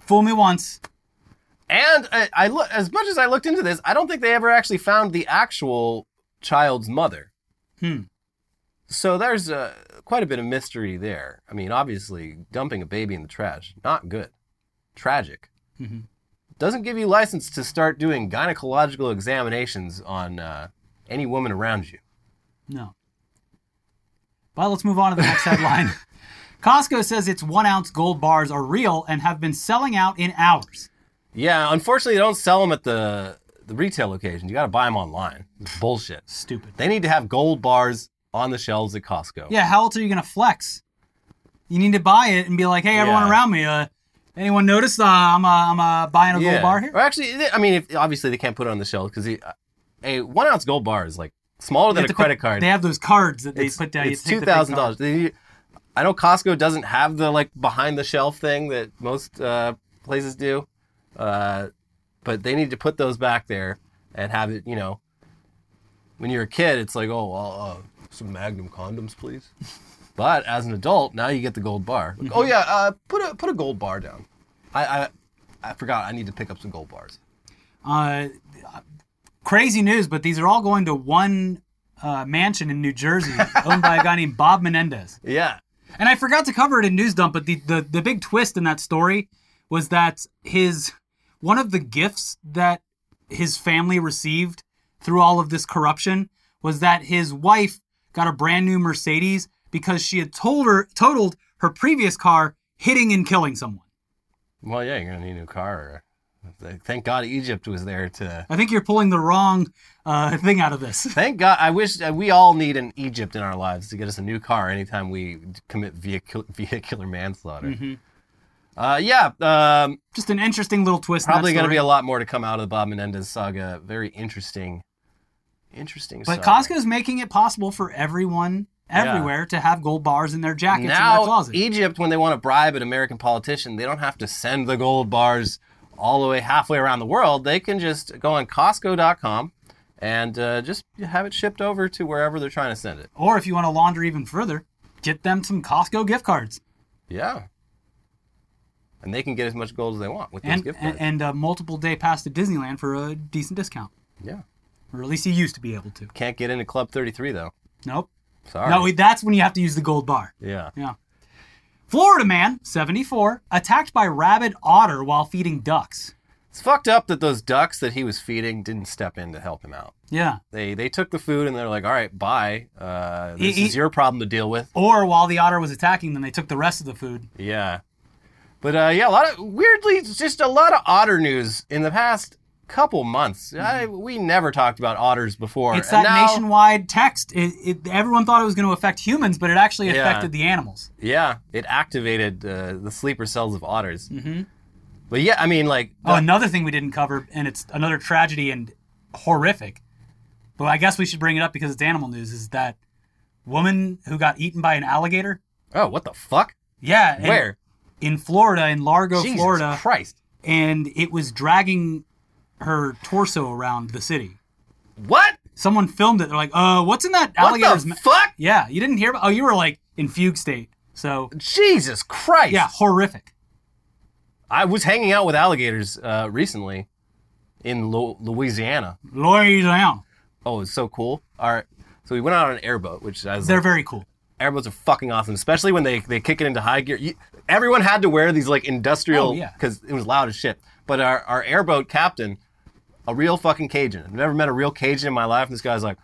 fool me once. And I, I look as much as I looked into this, I don't think they ever actually found the actual child's mother. Hmm. So there's uh, quite a bit of mystery there. I mean, obviously, dumping a baby in the trash, not good, tragic. doesn't give you license to start doing gynecological examinations on uh, any woman around you. No. But let's move on to the [LAUGHS] next headline. Costco says its one ounce gold bars are real and have been selling out in hours. Yeah, unfortunately, they don't sell them at the the retail locations. You got to buy them online. It's bullshit. Stupid. They need to have gold bars on the shelves at Costco. Yeah, how else are you going to flex? You need to buy it and be like, hey, everyone Yeah. around me, uh, anyone notice uh, I'm, uh, I'm uh, buying a Yeah. gold bar here? Or actually, they- I mean, if, obviously they can't put it on the shelf because a one ounce gold bar is like smaller They than have a to credit put- card. They have those cards that they it's put down. uh, You it's take two the big thousand card. dollars. I know Costco doesn't have the like behind the shelf thing that most uh, places do, uh, but they need to put those back there and have it. You know, when you're a kid, it's like, oh, well, uh, some Magnum condoms, please. [LAUGHS] But as an adult, now you get the gold bar. Mm-hmm. Like, Oh yeah, uh, put a put a gold bar down. I, I I forgot. I need to pick up some gold bars. Uh, crazy news, but these are all going to one uh, mansion in [LAUGHS] New Jersey owned by a guy named Bob Menendez. Yeah. And I forgot to cover it in News Dump, but the, the, the big twist in that story was that his one of the gifts that his family received through all of this corruption was that his wife got a brand new Mercedes because she had told her totaled her previous car hitting and killing someone. Well, yeah, you're gonna need a new car. Thank God Egypt was there to I think you're pulling the wrong uh, thing out of this. [LAUGHS] Thank God. I wish uh, we all need an Egypt in our lives to get us a new car anytime we d- commit vehicu- [LAUGHS] vehicular manslaughter. Mm-hmm. Uh, yeah, um, Just an interesting little twist. in that probably going to story. be a lot more to come out of the Bob Menendez saga. Very interesting, interesting. But saga. Costco's making it possible for everyone everywhere to have gold bars in their jackets in their now closet. Egypt, when they want to bribe an American politician, they don't have to send the gold bars all the way halfway around the world. They can just go on Costco.com and uh, just have it shipped over to wherever they're trying to send it. Or if you want to launder even further, get them some Costco gift cards Yeah. And they can get as much gold as they want with those and gift and, cards. and a multiple day pass to Disneyland for a decent discount. yeah. Or at least you used to be able to. Can't get into Club 33 though. Nope. Sorry. No, that's when you have to use the gold bar. yeah. Yeah. Florida man, 74, attacked by rabid otter while feeding ducks. It's fucked up that those ducks that he was feeding didn't step in to help him out. Yeah. They they took the food and they're like, "All right, bye. Uh, this he- is your problem to deal with." Or while the otter was attacking them, they took the rest of the food. Yeah. But uh, yeah, a lot of weirdly, it's just a lot of otter news in the past couple months. I, we never talked about otters before. Mm-hmm. It's that and now- nationwide text. It, it, everyone thought it was going to affect humans, but it actually Yeah. affected the animals. Yeah, it activated uh, the sleeper cells of otters. Mm-hmm. But yeah, I mean, like, Oh, another thing we didn't cover, and it's another tragedy and horrific. But I guess we should bring it up because it's animal news. Is that woman who got eaten by an alligator? oh, what the fuck? Yeah, and- Where? in Florida, in Largo, Jesus Florida, Christ. and it was dragging her torso around the city. What? Someone filmed it. They're like, "Uh, what's in that What alligator's?" the ma-" fuck? yeah, you didn't hear about. Oh, you were like in fugue state. So Jesus Christ. yeah, horrific. I was hanging out with alligators uh, recently in Lu- Louisiana. Louisiana. Oh, it's so cool. All right. So we went out on an airboat, which I was They're like, very cool. airboats are fucking awesome, especially when they, they kick it into high gear. You, everyone had to wear these like Oh, industrial yeah. because it was loud as shit. But our, our airboat captain, a real fucking Cajun. I've never met a real Cajun in my life. And this guy's like,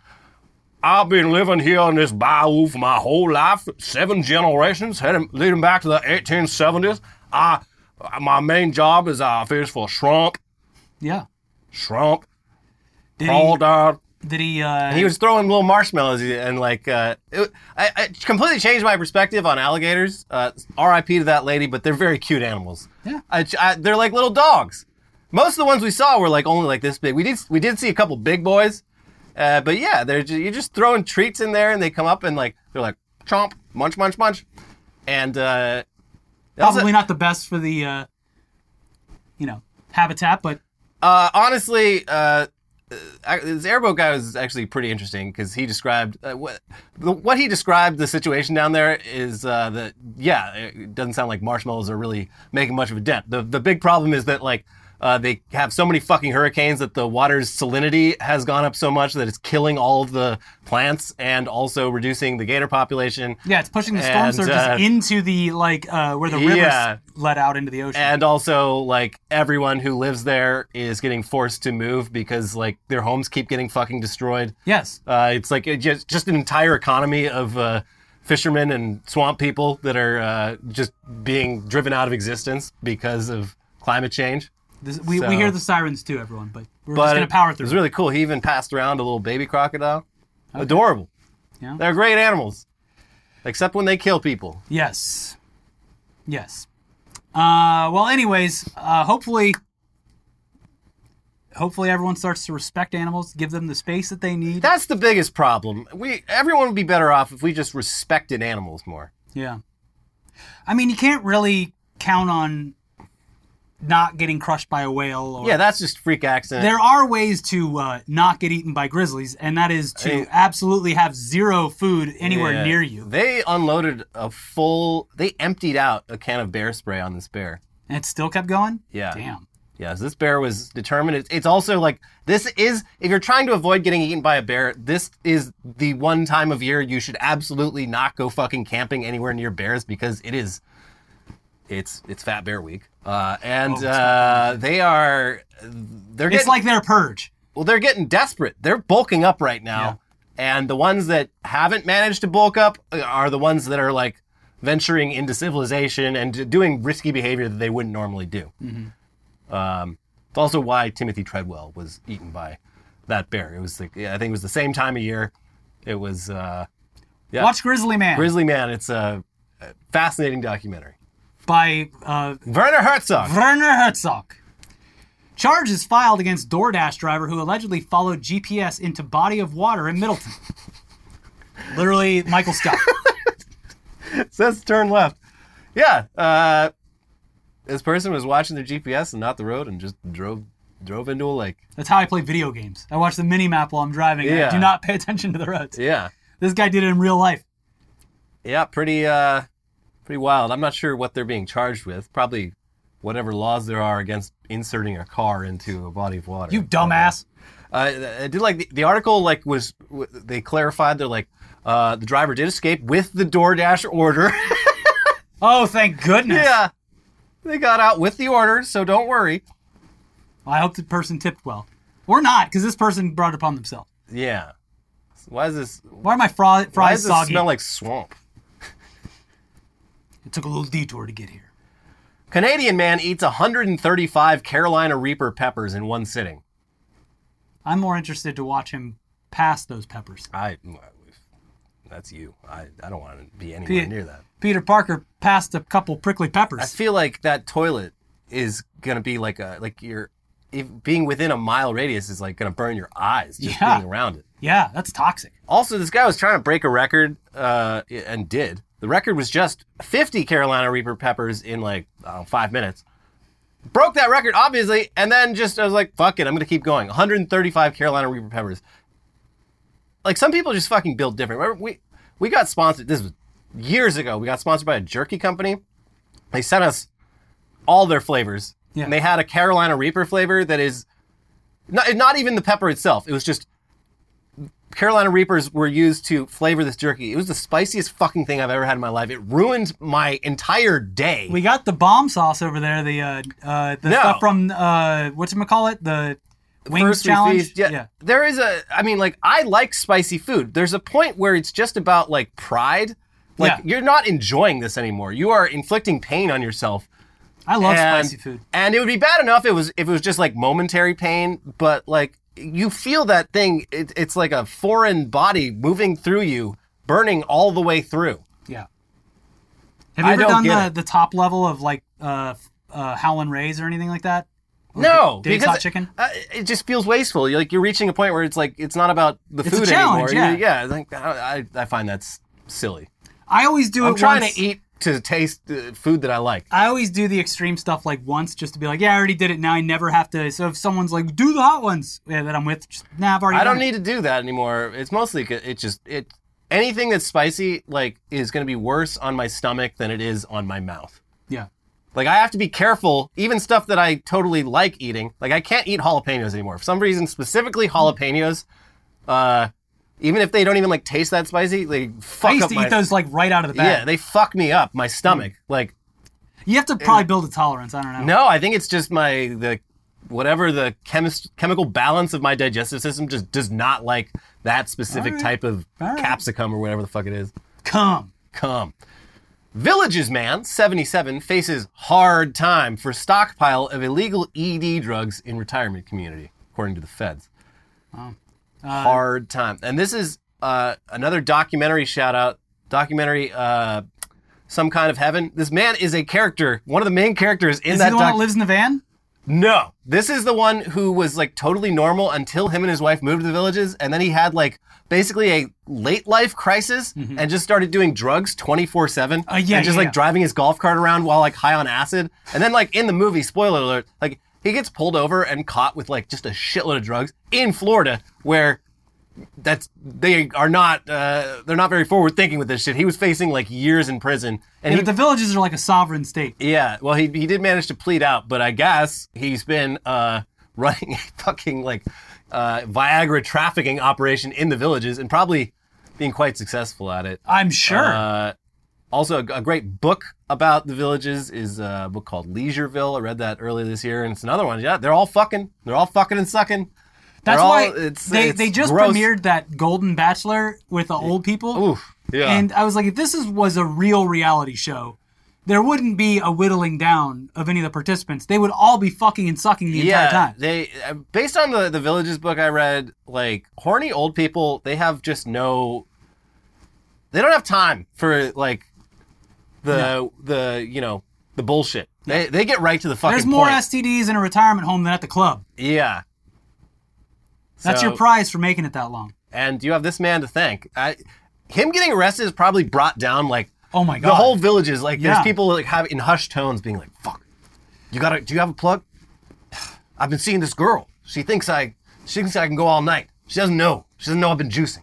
I've been living here on this bayou for my whole life, seven generations, heading, leading back to the 1870s. I, my main job is I fish for shrimp, Yeah. shrimp, Did all that. he? Did he? Uh, He was throwing little marshmallows and like uh, it, I, I completely changed my perspective on alligators. Uh, R.I.P. to that lady, but they're very cute animals. Yeah. I, I- they're like little dogs. Most of the ones we saw were like only like this big. We did we did see a couple big boys, uh, but yeah, they're just, you're just throwing treats in there and they come up and like they're like chomp, munch, munch, munch, and uh, they also- probably not the best for the uh, you know habitat but Uh, honestly, uh, uh, this airboat guy was actually pretty interesting because he described uh, what the, what he described the situation down there is uh, that yeah, it doesn't sound like marshmallows are really making much of a dent. The the big problem is that like Uh, they have so many fucking hurricanes that the water's salinity has gone up so much that it's killing all of the plants and also reducing the gator population. Yeah, it's pushing the storm And, surges uh, into the like uh, where the rivers yeah. let out into the ocean. And also, like, everyone who lives there is getting forced to move because, like, their homes keep getting fucking destroyed. yes. Uh, it's like it just, just an entire economy of uh, fishermen and swamp people that are uh, just being driven out of existence because of climate change. This, we, so- we hear the sirens too, everyone, but we're But just gonna power It through. was really cool. He even passed around a little baby crocodile. Adorable. Yeah. They're great animals, except when they kill people. Yes. Yes. Uh, well, anyways, uh, hopefully, hopefully everyone starts to respect animals, give them the space that they need. That's the biggest problem. We everyone would be better off if we just respected animals more. yeah. I mean, you can't really count on not getting crushed by a whale. Or, Yeah, that's just freak accident. There are ways to uh, not get eaten by grizzlies, and that is to absolutely have zero food anywhere Yeah. near you. They unloaded a full. They emptied out a can of bear spray on this bear. And it still kept going? Yeah. Damn. Yes, this bear was determined. It's, it's also like this is if you're trying to avoid getting eaten by a bear, this is the one time of year you should absolutely not go fucking camping anywhere near bears because it is it's it's Fat Bear Week, uh, Oh, and uh, they are they're It's getting like their purge. well they're getting desperate. They're bulking up right now, and the ones that haven't managed to bulk up uh, are the ones that are like venturing into civilization and doing risky behavior that they wouldn't normally do. Um, It's also why Timothy Treadwell was eaten by that bear. It was like yeah, I think it was the same time of year. It was uh, Yeah. Watch Grizzly Man Grizzly Man. It's a a fascinating documentary. by uh, Werner Herzog. Werner Herzog. Charges filed against DoorDash driver who allegedly followed GPS into body of water [LAUGHS] in Middleton. Literally, Michael Scott. Says turn left. Yeah, uh, this person was watching their GPS and not the road and just drove drove into a lake. That's how I play video games. I watch the mini map while I'm driving. and I Yeah. do not pay attention to the roads. Yeah, This guy did it in real life. yeah, pretty uh, pretty wild. I'm not sure what they're being charged with. Probably whatever laws there are against inserting a car into a body of water. You dumbass. Uh, I did like the, the article like was w- they clarified they're like uh, the driver did escape with the DoorDash order. [LAUGHS] Oh, thank goodness. yeah, they got out with the order, so don't worry. I hope the person tipped well. Or not, because this person brought it upon themselves. Yeah, why is this? Why are my fry, Why does fries this soggy? smell like swamp? it took a little detour to get here. Canadian man eats 135 Carolina Reaper peppers in one sitting. I'm more interested to watch him pass those peppers. I, that's you. I, I don't want to be anywhere Pete. near that. Peter Parker passed a couple prickly I peppers. feel like that toilet is gonna be like a like your if being within a mile radius is like gonna burn your eyes just Yeah. being around it. yeah, that's toxic. Also, this guy was trying to break a record uh, and did. The record was just 50 Carolina Reaper peppers in like I don't know, five minutes. Broke that record obviously, and then just I was like, "Fuck it, I'm gonna keep going." 135 Carolina Reaper peppers. Like some people just fucking build different. Remember, we we got sponsored. This was years ago. We got sponsored by a jerky company. They sent us all their flavors. Yeah. And they had a Carolina Reaper flavor that is not, not even the pepper itself. It was just Carolina Reapers were used to flavor this jerky. It was the spiciest fucking thing I've ever had in my life. It ruined my entire day. We got the bomb sauce over there. The uh, uh, the No. stuff from uh, what's it call it? The wings First we challenge. feast- Yeah, There is a, I mean, like, I like spicy food. There's a point where it's just about, like, pride. Like, Yeah. you're not enjoying this anymore. You are inflicting pain on yourself. I love and, spicy food. And it would be bad enough it was if it was just like momentary pain, but like you feel that thing. It, it's like a foreign body moving through you, burning all the way through. Yeah. Have you I ever don't done get the, it. the top level of like uh, uh, Howlin' Rays or anything like that? No, Dave's because Hot Chicken? Uh, it just feels wasteful. You're, like you're reaching a point where it's like it's not about the a food challenge, anymore. You- yeah. yeah. Like, I, I I find that's silly. I always do I'm it trying once. to eat to taste uh, food that I like. I always do the extreme stuff like once just to be like, yeah, I already did it. Now I never have to. So if someone's like, do the hot ones yeah, that I'm with, just, nah, I've already I done don't it." need to do that anymore. It's mostly 'cause it just it anything that's spicy like is going to be worse on my stomach than it is on my mouth. Yeah. Like I have to be careful, even stuff that I totally like eating. Like I can't eat jalapenos anymore. For some reason, specifically jalapenos, uh, even if they don't even like taste that spicy, they fuck I used up to my. eat those like right out of the yeah, bag. they fuck me up my stomach. Like you have to probably build a tolerance. I don't know. no, I think it's just my the whatever the chemist chemical balance of my digestive system just does not like that specific Alright. type of Alright. capsicum or whatever the fuck it is. Come. Come. Villages man, 77, faces hard time for stockpile of illegal ED drugs in retirement community, according to the feds. Uh, hard time. And this is uh, another documentary shout out, documentary uh, Some Kind of Heaven. This man is a character, one of the main characters in Is that he the one doc- that lives in the van? no, this is the one who was like totally normal until him and his wife moved to the villages, and then he had like basically a late life crisis and just started doing drugs twenty four seven. Mm-hmm. Uh, yeah, and just yeah, like yeah. driving his golf cart around while like high on acid, and then like in the movie, spoiler alert, like he gets pulled over and caught with like just a shitload of drugs in Florida, where that's they are not uh, they're not very forward thinking with this shit. He was facing like years in prison, and he the villages are like a sovereign state. yeah, well, he he did manage to plead out, but I guess he's been uh, running a fucking like uh, Viagra trafficking operation in the villages and probably being quite successful at it. I'm sure. Uh, also, a, a great book about the villages is uh, a book called Leisureville. I read that earlier this year, and it's another one. Yeah, they're all fucking, they're all fucking and sucking. That's all- why it's- they, it's they just gross. premiered that Golden Bachelor with the old people. Oof. Yeah. And I was like, if this is, was a real reality show, there wouldn't be a whittling down of any of the participants. They would all be fucking and sucking the entire time. They uh, based on the the villages book I read, like horny old people, they have just no they don't have time for like the the you know, the bullshit. They they get right to the fucking There's more point. STDs in a retirement home than at the club. yeah. That's So- your prize for making it that long. And you have this man to thank. I, him getting arrested is probably brought down like Oh my god. the whole village is like Yeah. there's people like have in hushed tones being like fuck you gotta do you have a plug [SIGHS] i've been seeing this girl she thinks i she thinks i can go all night she doesn't know she doesn't know i've been juicing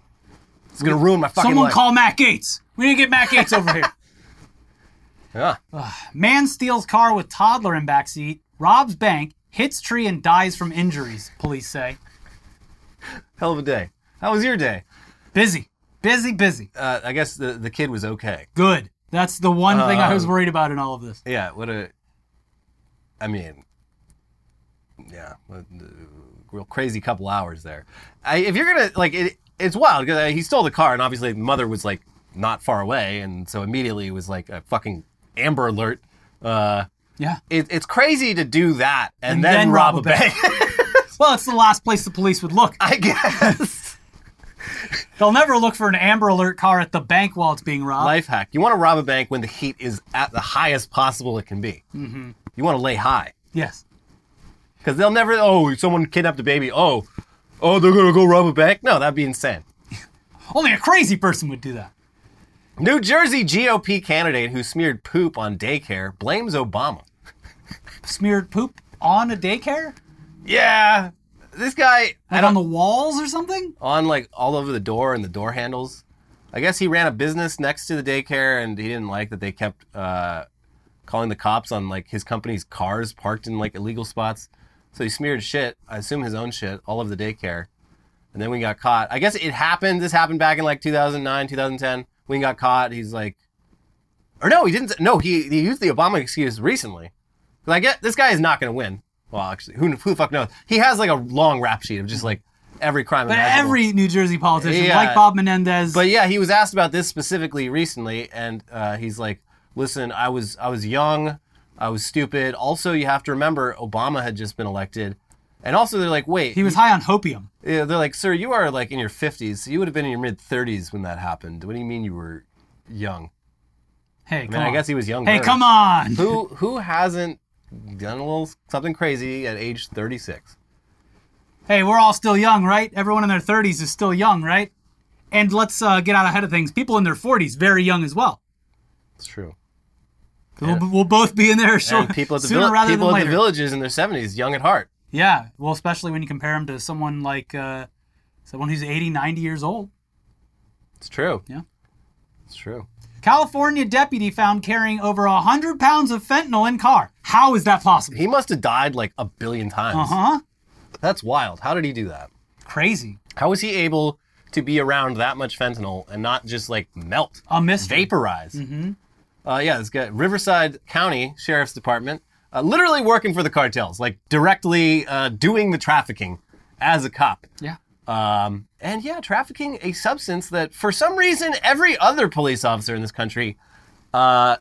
it's gonna ruin my fucking Someone life call Matt Gates. We need to get Matt Gates over here. [LAUGHS] yeah. Man steals car with toddler in backseat, robs bank, hits tree, and dies from injuries, police say. hell of a day how was your day Busy. Busy, busy. uh, i guess the, the kid was okay Good. That's the one thing I was Um, worried about in all of this. yeah what a i mean yeah what- uh, real crazy couple hours there I, if you're gonna like it, it's wild because he stole the car and obviously the mother was like not far away and so immediately it was like a fucking amber alert uh Yeah. it, it's crazy to do that and, And then, then rob, rob a a bank [LAUGHS] Well, it's the last place the police would look. i guess They'll never look for an Amber Alert car at the bank while it's being robbed. life hack you want to rob a bank when the heat is at the highest possible it can be mm-hmm. you want to lay high Yes. Because they'll never. Oh, someone kidnapped a baby. Oh, oh, they're gonna go rob a bank. No, that'd be insane. Only a crazy person would do that. New Jersey GOP candidate who smeared poop on daycare blames Obama. Smeared poop on a daycare? Yeah, this guy Like on the walls or something? on like all over the door and the door handles. I guess he ran a business next to the daycare, and he didn't like that they kept uh, calling the cops on like his company's cars parked in like illegal spots. So he smeared shit, I assume his own shit, all over the daycare. And then we got caught. I guess it happened. This happened back in like 2009, 2010. We got caught. He's like, or no, he didn't. No, he, he used the Obama excuse recently. Because I get this guy is not going to win. Well, actually, who, who the fuck knows? He has like a long rap sheet of just like every crime. But imaginable. every New Jersey politician, Yeah. like Bob Menendez, But yeah, he was asked about this specifically recently, and uh, he's like, "Listen, I was I was young, I was stupid. Also, you have to remember Obama had just been elected, and also they're like, wait, he was high on hopium. yeah, they're like, sir, you are like in your fifties. You would have been in your mid thirties when that happened. What do you mean you were young? Hey, I come mean, on. I guess he was young. hey, come on. Who who hasn't done a little something crazy at age thirty six? Hey, we're all still young, right? Everyone in their 30s is still young, right? And let's uh, get out ahead of things. People in their 40s, very young as well. It's true. 'Cause We'll, we'll both be in there so, And people at the, sooner vill- rather people than at later. the villages in their seventies, young at heart. Yeah, well, especially when you compare him to someone like uh, someone who's 80, 90 years old. It's true. Yeah. It's true. California deputy found carrying over 100 pounds of fentanyl in car. How is that possible? He must have died like a billion times. Huh? That's wild. How did he do that? Crazy. How was he able to be around that much fentanyl and not just like melt, A mystery. vaporize? Mm-hmm. Uh, yeah, this guy, Riverside County Sheriff's Department, uh, literally working for the cartels, like directly uh, doing the trafficking as a cop. Yeah. Um, and yeah, trafficking a substance that for some reason every other police officer in this country uh,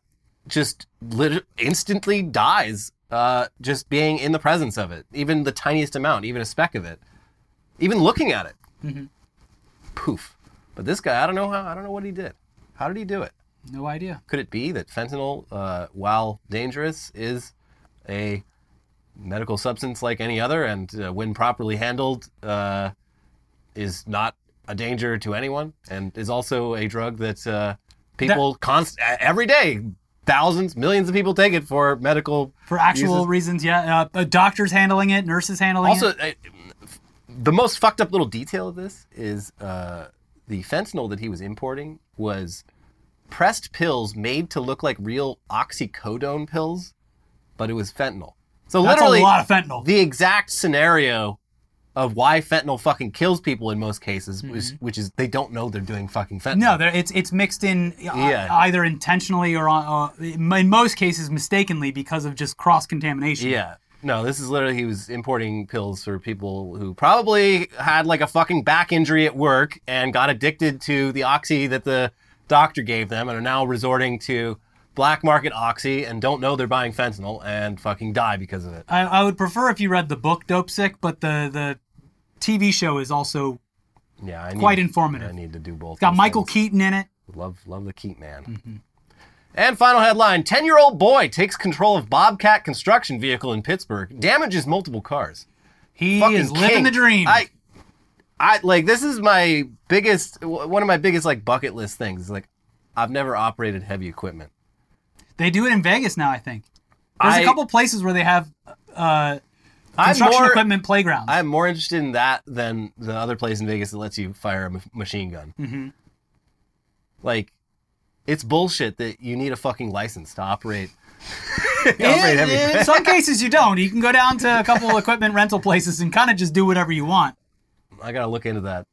just lit- instantly dies uh, just being in the presence of it, even the tiniest amount, even a speck of it, even looking at it. Poof. But this guy, I don't know how, I don't know what he did. How did he do it? No idea. Could it be that fentanyl, uh, while dangerous, is a medical substance like any other, and uh, when properly handled, uh, is not a danger to anyone, and is also a drug that uh, people const- e- every day, thousands, millions of people take it for medical For actual uses. reasons, yeah. Uh, uh, doctors handling it, nurses handling Also, it. I, the most fucked up little detail of this is uh, the fentanyl that he was importing was pressed pills made to look like real oxycodone pills, but it was fentanyl. So That's literally, a lot of fentanyl. the exact scenario of why fentanyl fucking kills people in most cases, which, which is they don't know they're doing fucking fentanyl. Mm-hmm. No, there- it's it's mixed in uh, Yeah. either intentionally or on, uh, in most cases mistakenly because of just cross contamination. Yeah. No, this is literally he was importing pills for people who probably had like a fucking back injury at work and got addicted to the oxy that the doctor gave them and are now resorting to black market oxy and don't know they're buying fentanyl and fucking die because of it. I, I would prefer if you read the book Dope Sick, but the the TV show is also Yeah, I need, Quite informative. I need to do both. got those Michael Mm-hmm. things. Keaton in it. Love, love the Keat man. And final headline: Ten-year-old boy takes control of Bobcat construction vehicle in Pittsburgh, damages multiple cars. He fucking is living king. the dream. I, I like this is my biggest, w- one of my biggest like bucket list things. Is like, I've never operated heavy equipment. they do it in Vegas now, I think. There's a I- couple places where they have uh, I'm construction more, equipment playgrounds. I'm more interested in that than the other place in Vegas that lets you fire a ma- machine gun. Mm-hmm. Like, it's bullshit that you need a fucking license to operate. operate in, everything. in some cases, you don't. You can go down to a couple equipment rental places and kind of just do whatever you want. I gotta look into that.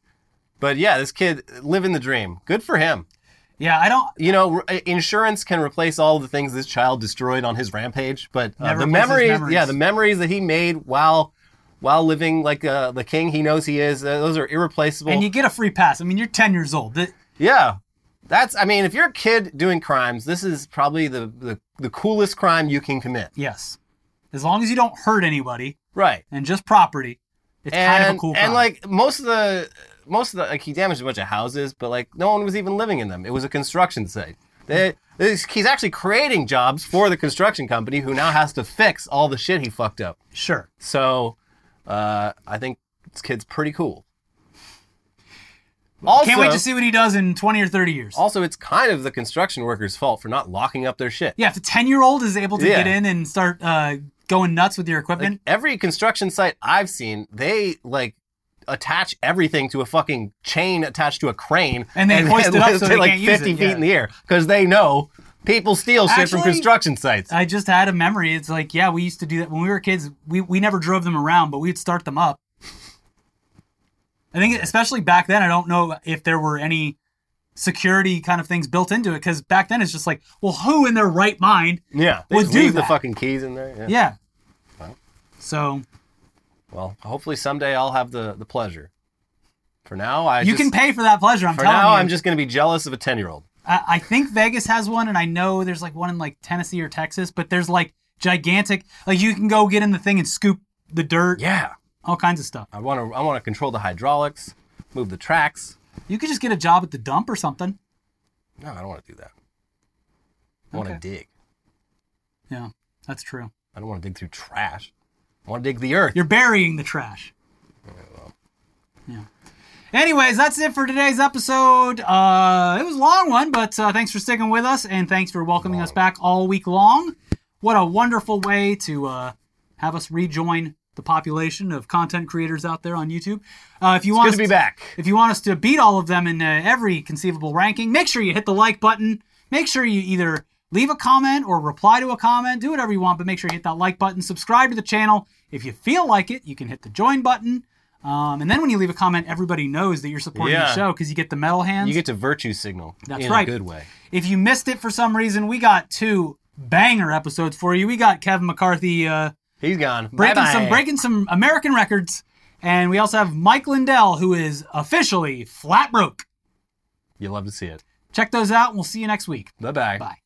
But yeah, this kid living the dream. Good for him. Yeah, I don't. you know, r- insurance can replace all the things this child destroyed on his rampage, but uh, Never the replaces memories, memories. yeah, the memories that he made while while living like uh, the king he knows he is, uh, those are irreplaceable. And you get a free pass. I mean, you're 10 years old. Th- yeah, that's. I mean, if you're a kid doing crimes, this is probably the the, the coolest crime you can commit. yes, as long as you don't hurt anybody Right. and just property, it's and, kind of a cool. and crime. like most of the most of the like he damaged a bunch of houses but like no one was even living in them it was a construction site they, this, he's actually creating jobs for the construction company who now has to fix all the shit he fucked up sure. so uh, i think this kid's pretty cool also, Can't wait to see what he does in 20 or 30 years. also it's kind of the construction workers fault for not locking up their shit yeah, if a 10 year old is able to Yeah. get in and start uh, going nuts with your equipment, every construction site I've seen, they like attach everything to a fucking chain attached to a crane, And they [LAUGHS] hoist it up lift so they like can't use it, feet yeah. in the air because they know people steal shit from Actually- construction sites. I just had a memory. It's like, yeah, we used to do that when we were kids. We, we never drove them around, but we'd start them up. I think, especially back then, I don't know if there were any security kind of things built into it because back then it's just like, well, who in their right mind? yeah, they Well, just do leave the that. fucking keys in there. Yeah. Yeah. Well. So Well, hopefully someday I'll have the the pleasure. For now, I you just, can pay for that pleasure. I'm For telling now, you. I'm just gonna be jealous of a ten year old. I, I think Vegas has one, and I know there's like one in like Tennessee or Texas, but there's like gigantic, like you can go get in the thing and scoop the dirt, Yeah, all kinds of stuff. I want to. I want to control the hydraulics, move the tracks. You could just get a job at the dump or something. No, I don't want to do that. I want to Okay. dig. Yeah, that's true. I don't want to dig through trash. I want to dig the earth. You're burying the trash. Yeah. Anyways, that's it for today's episode. Uh, it was a long one, but uh, thanks for sticking with us and thanks for welcoming us back all week long. What a wonderful way to uh, have us rejoin the population of content creators out there on YouTube. Uh, if you want Good us to be back. If you want us to beat all of them in uh, every conceivable ranking, make sure you hit the like button. Make sure you either leave a comment or reply to a comment, do whatever you want, but make sure you hit that like button, subscribe to the channel. If you feel like it, you can hit the join button. Um, and then when you leave a comment, everybody knows that you're supporting Yeah. the show because you get the metal hands. You get to virtue signal That's in right. a good way. If you missed it for some reason, we got two banger episodes for you. We got Kevin McCarthy uh, He's gone. breaking Bye-bye. some breaking some American records, and we also have Mike Lindell, who is officially flat broke. You love to see it. Check those out. and We'll see you next week. Bye-bye. Bye.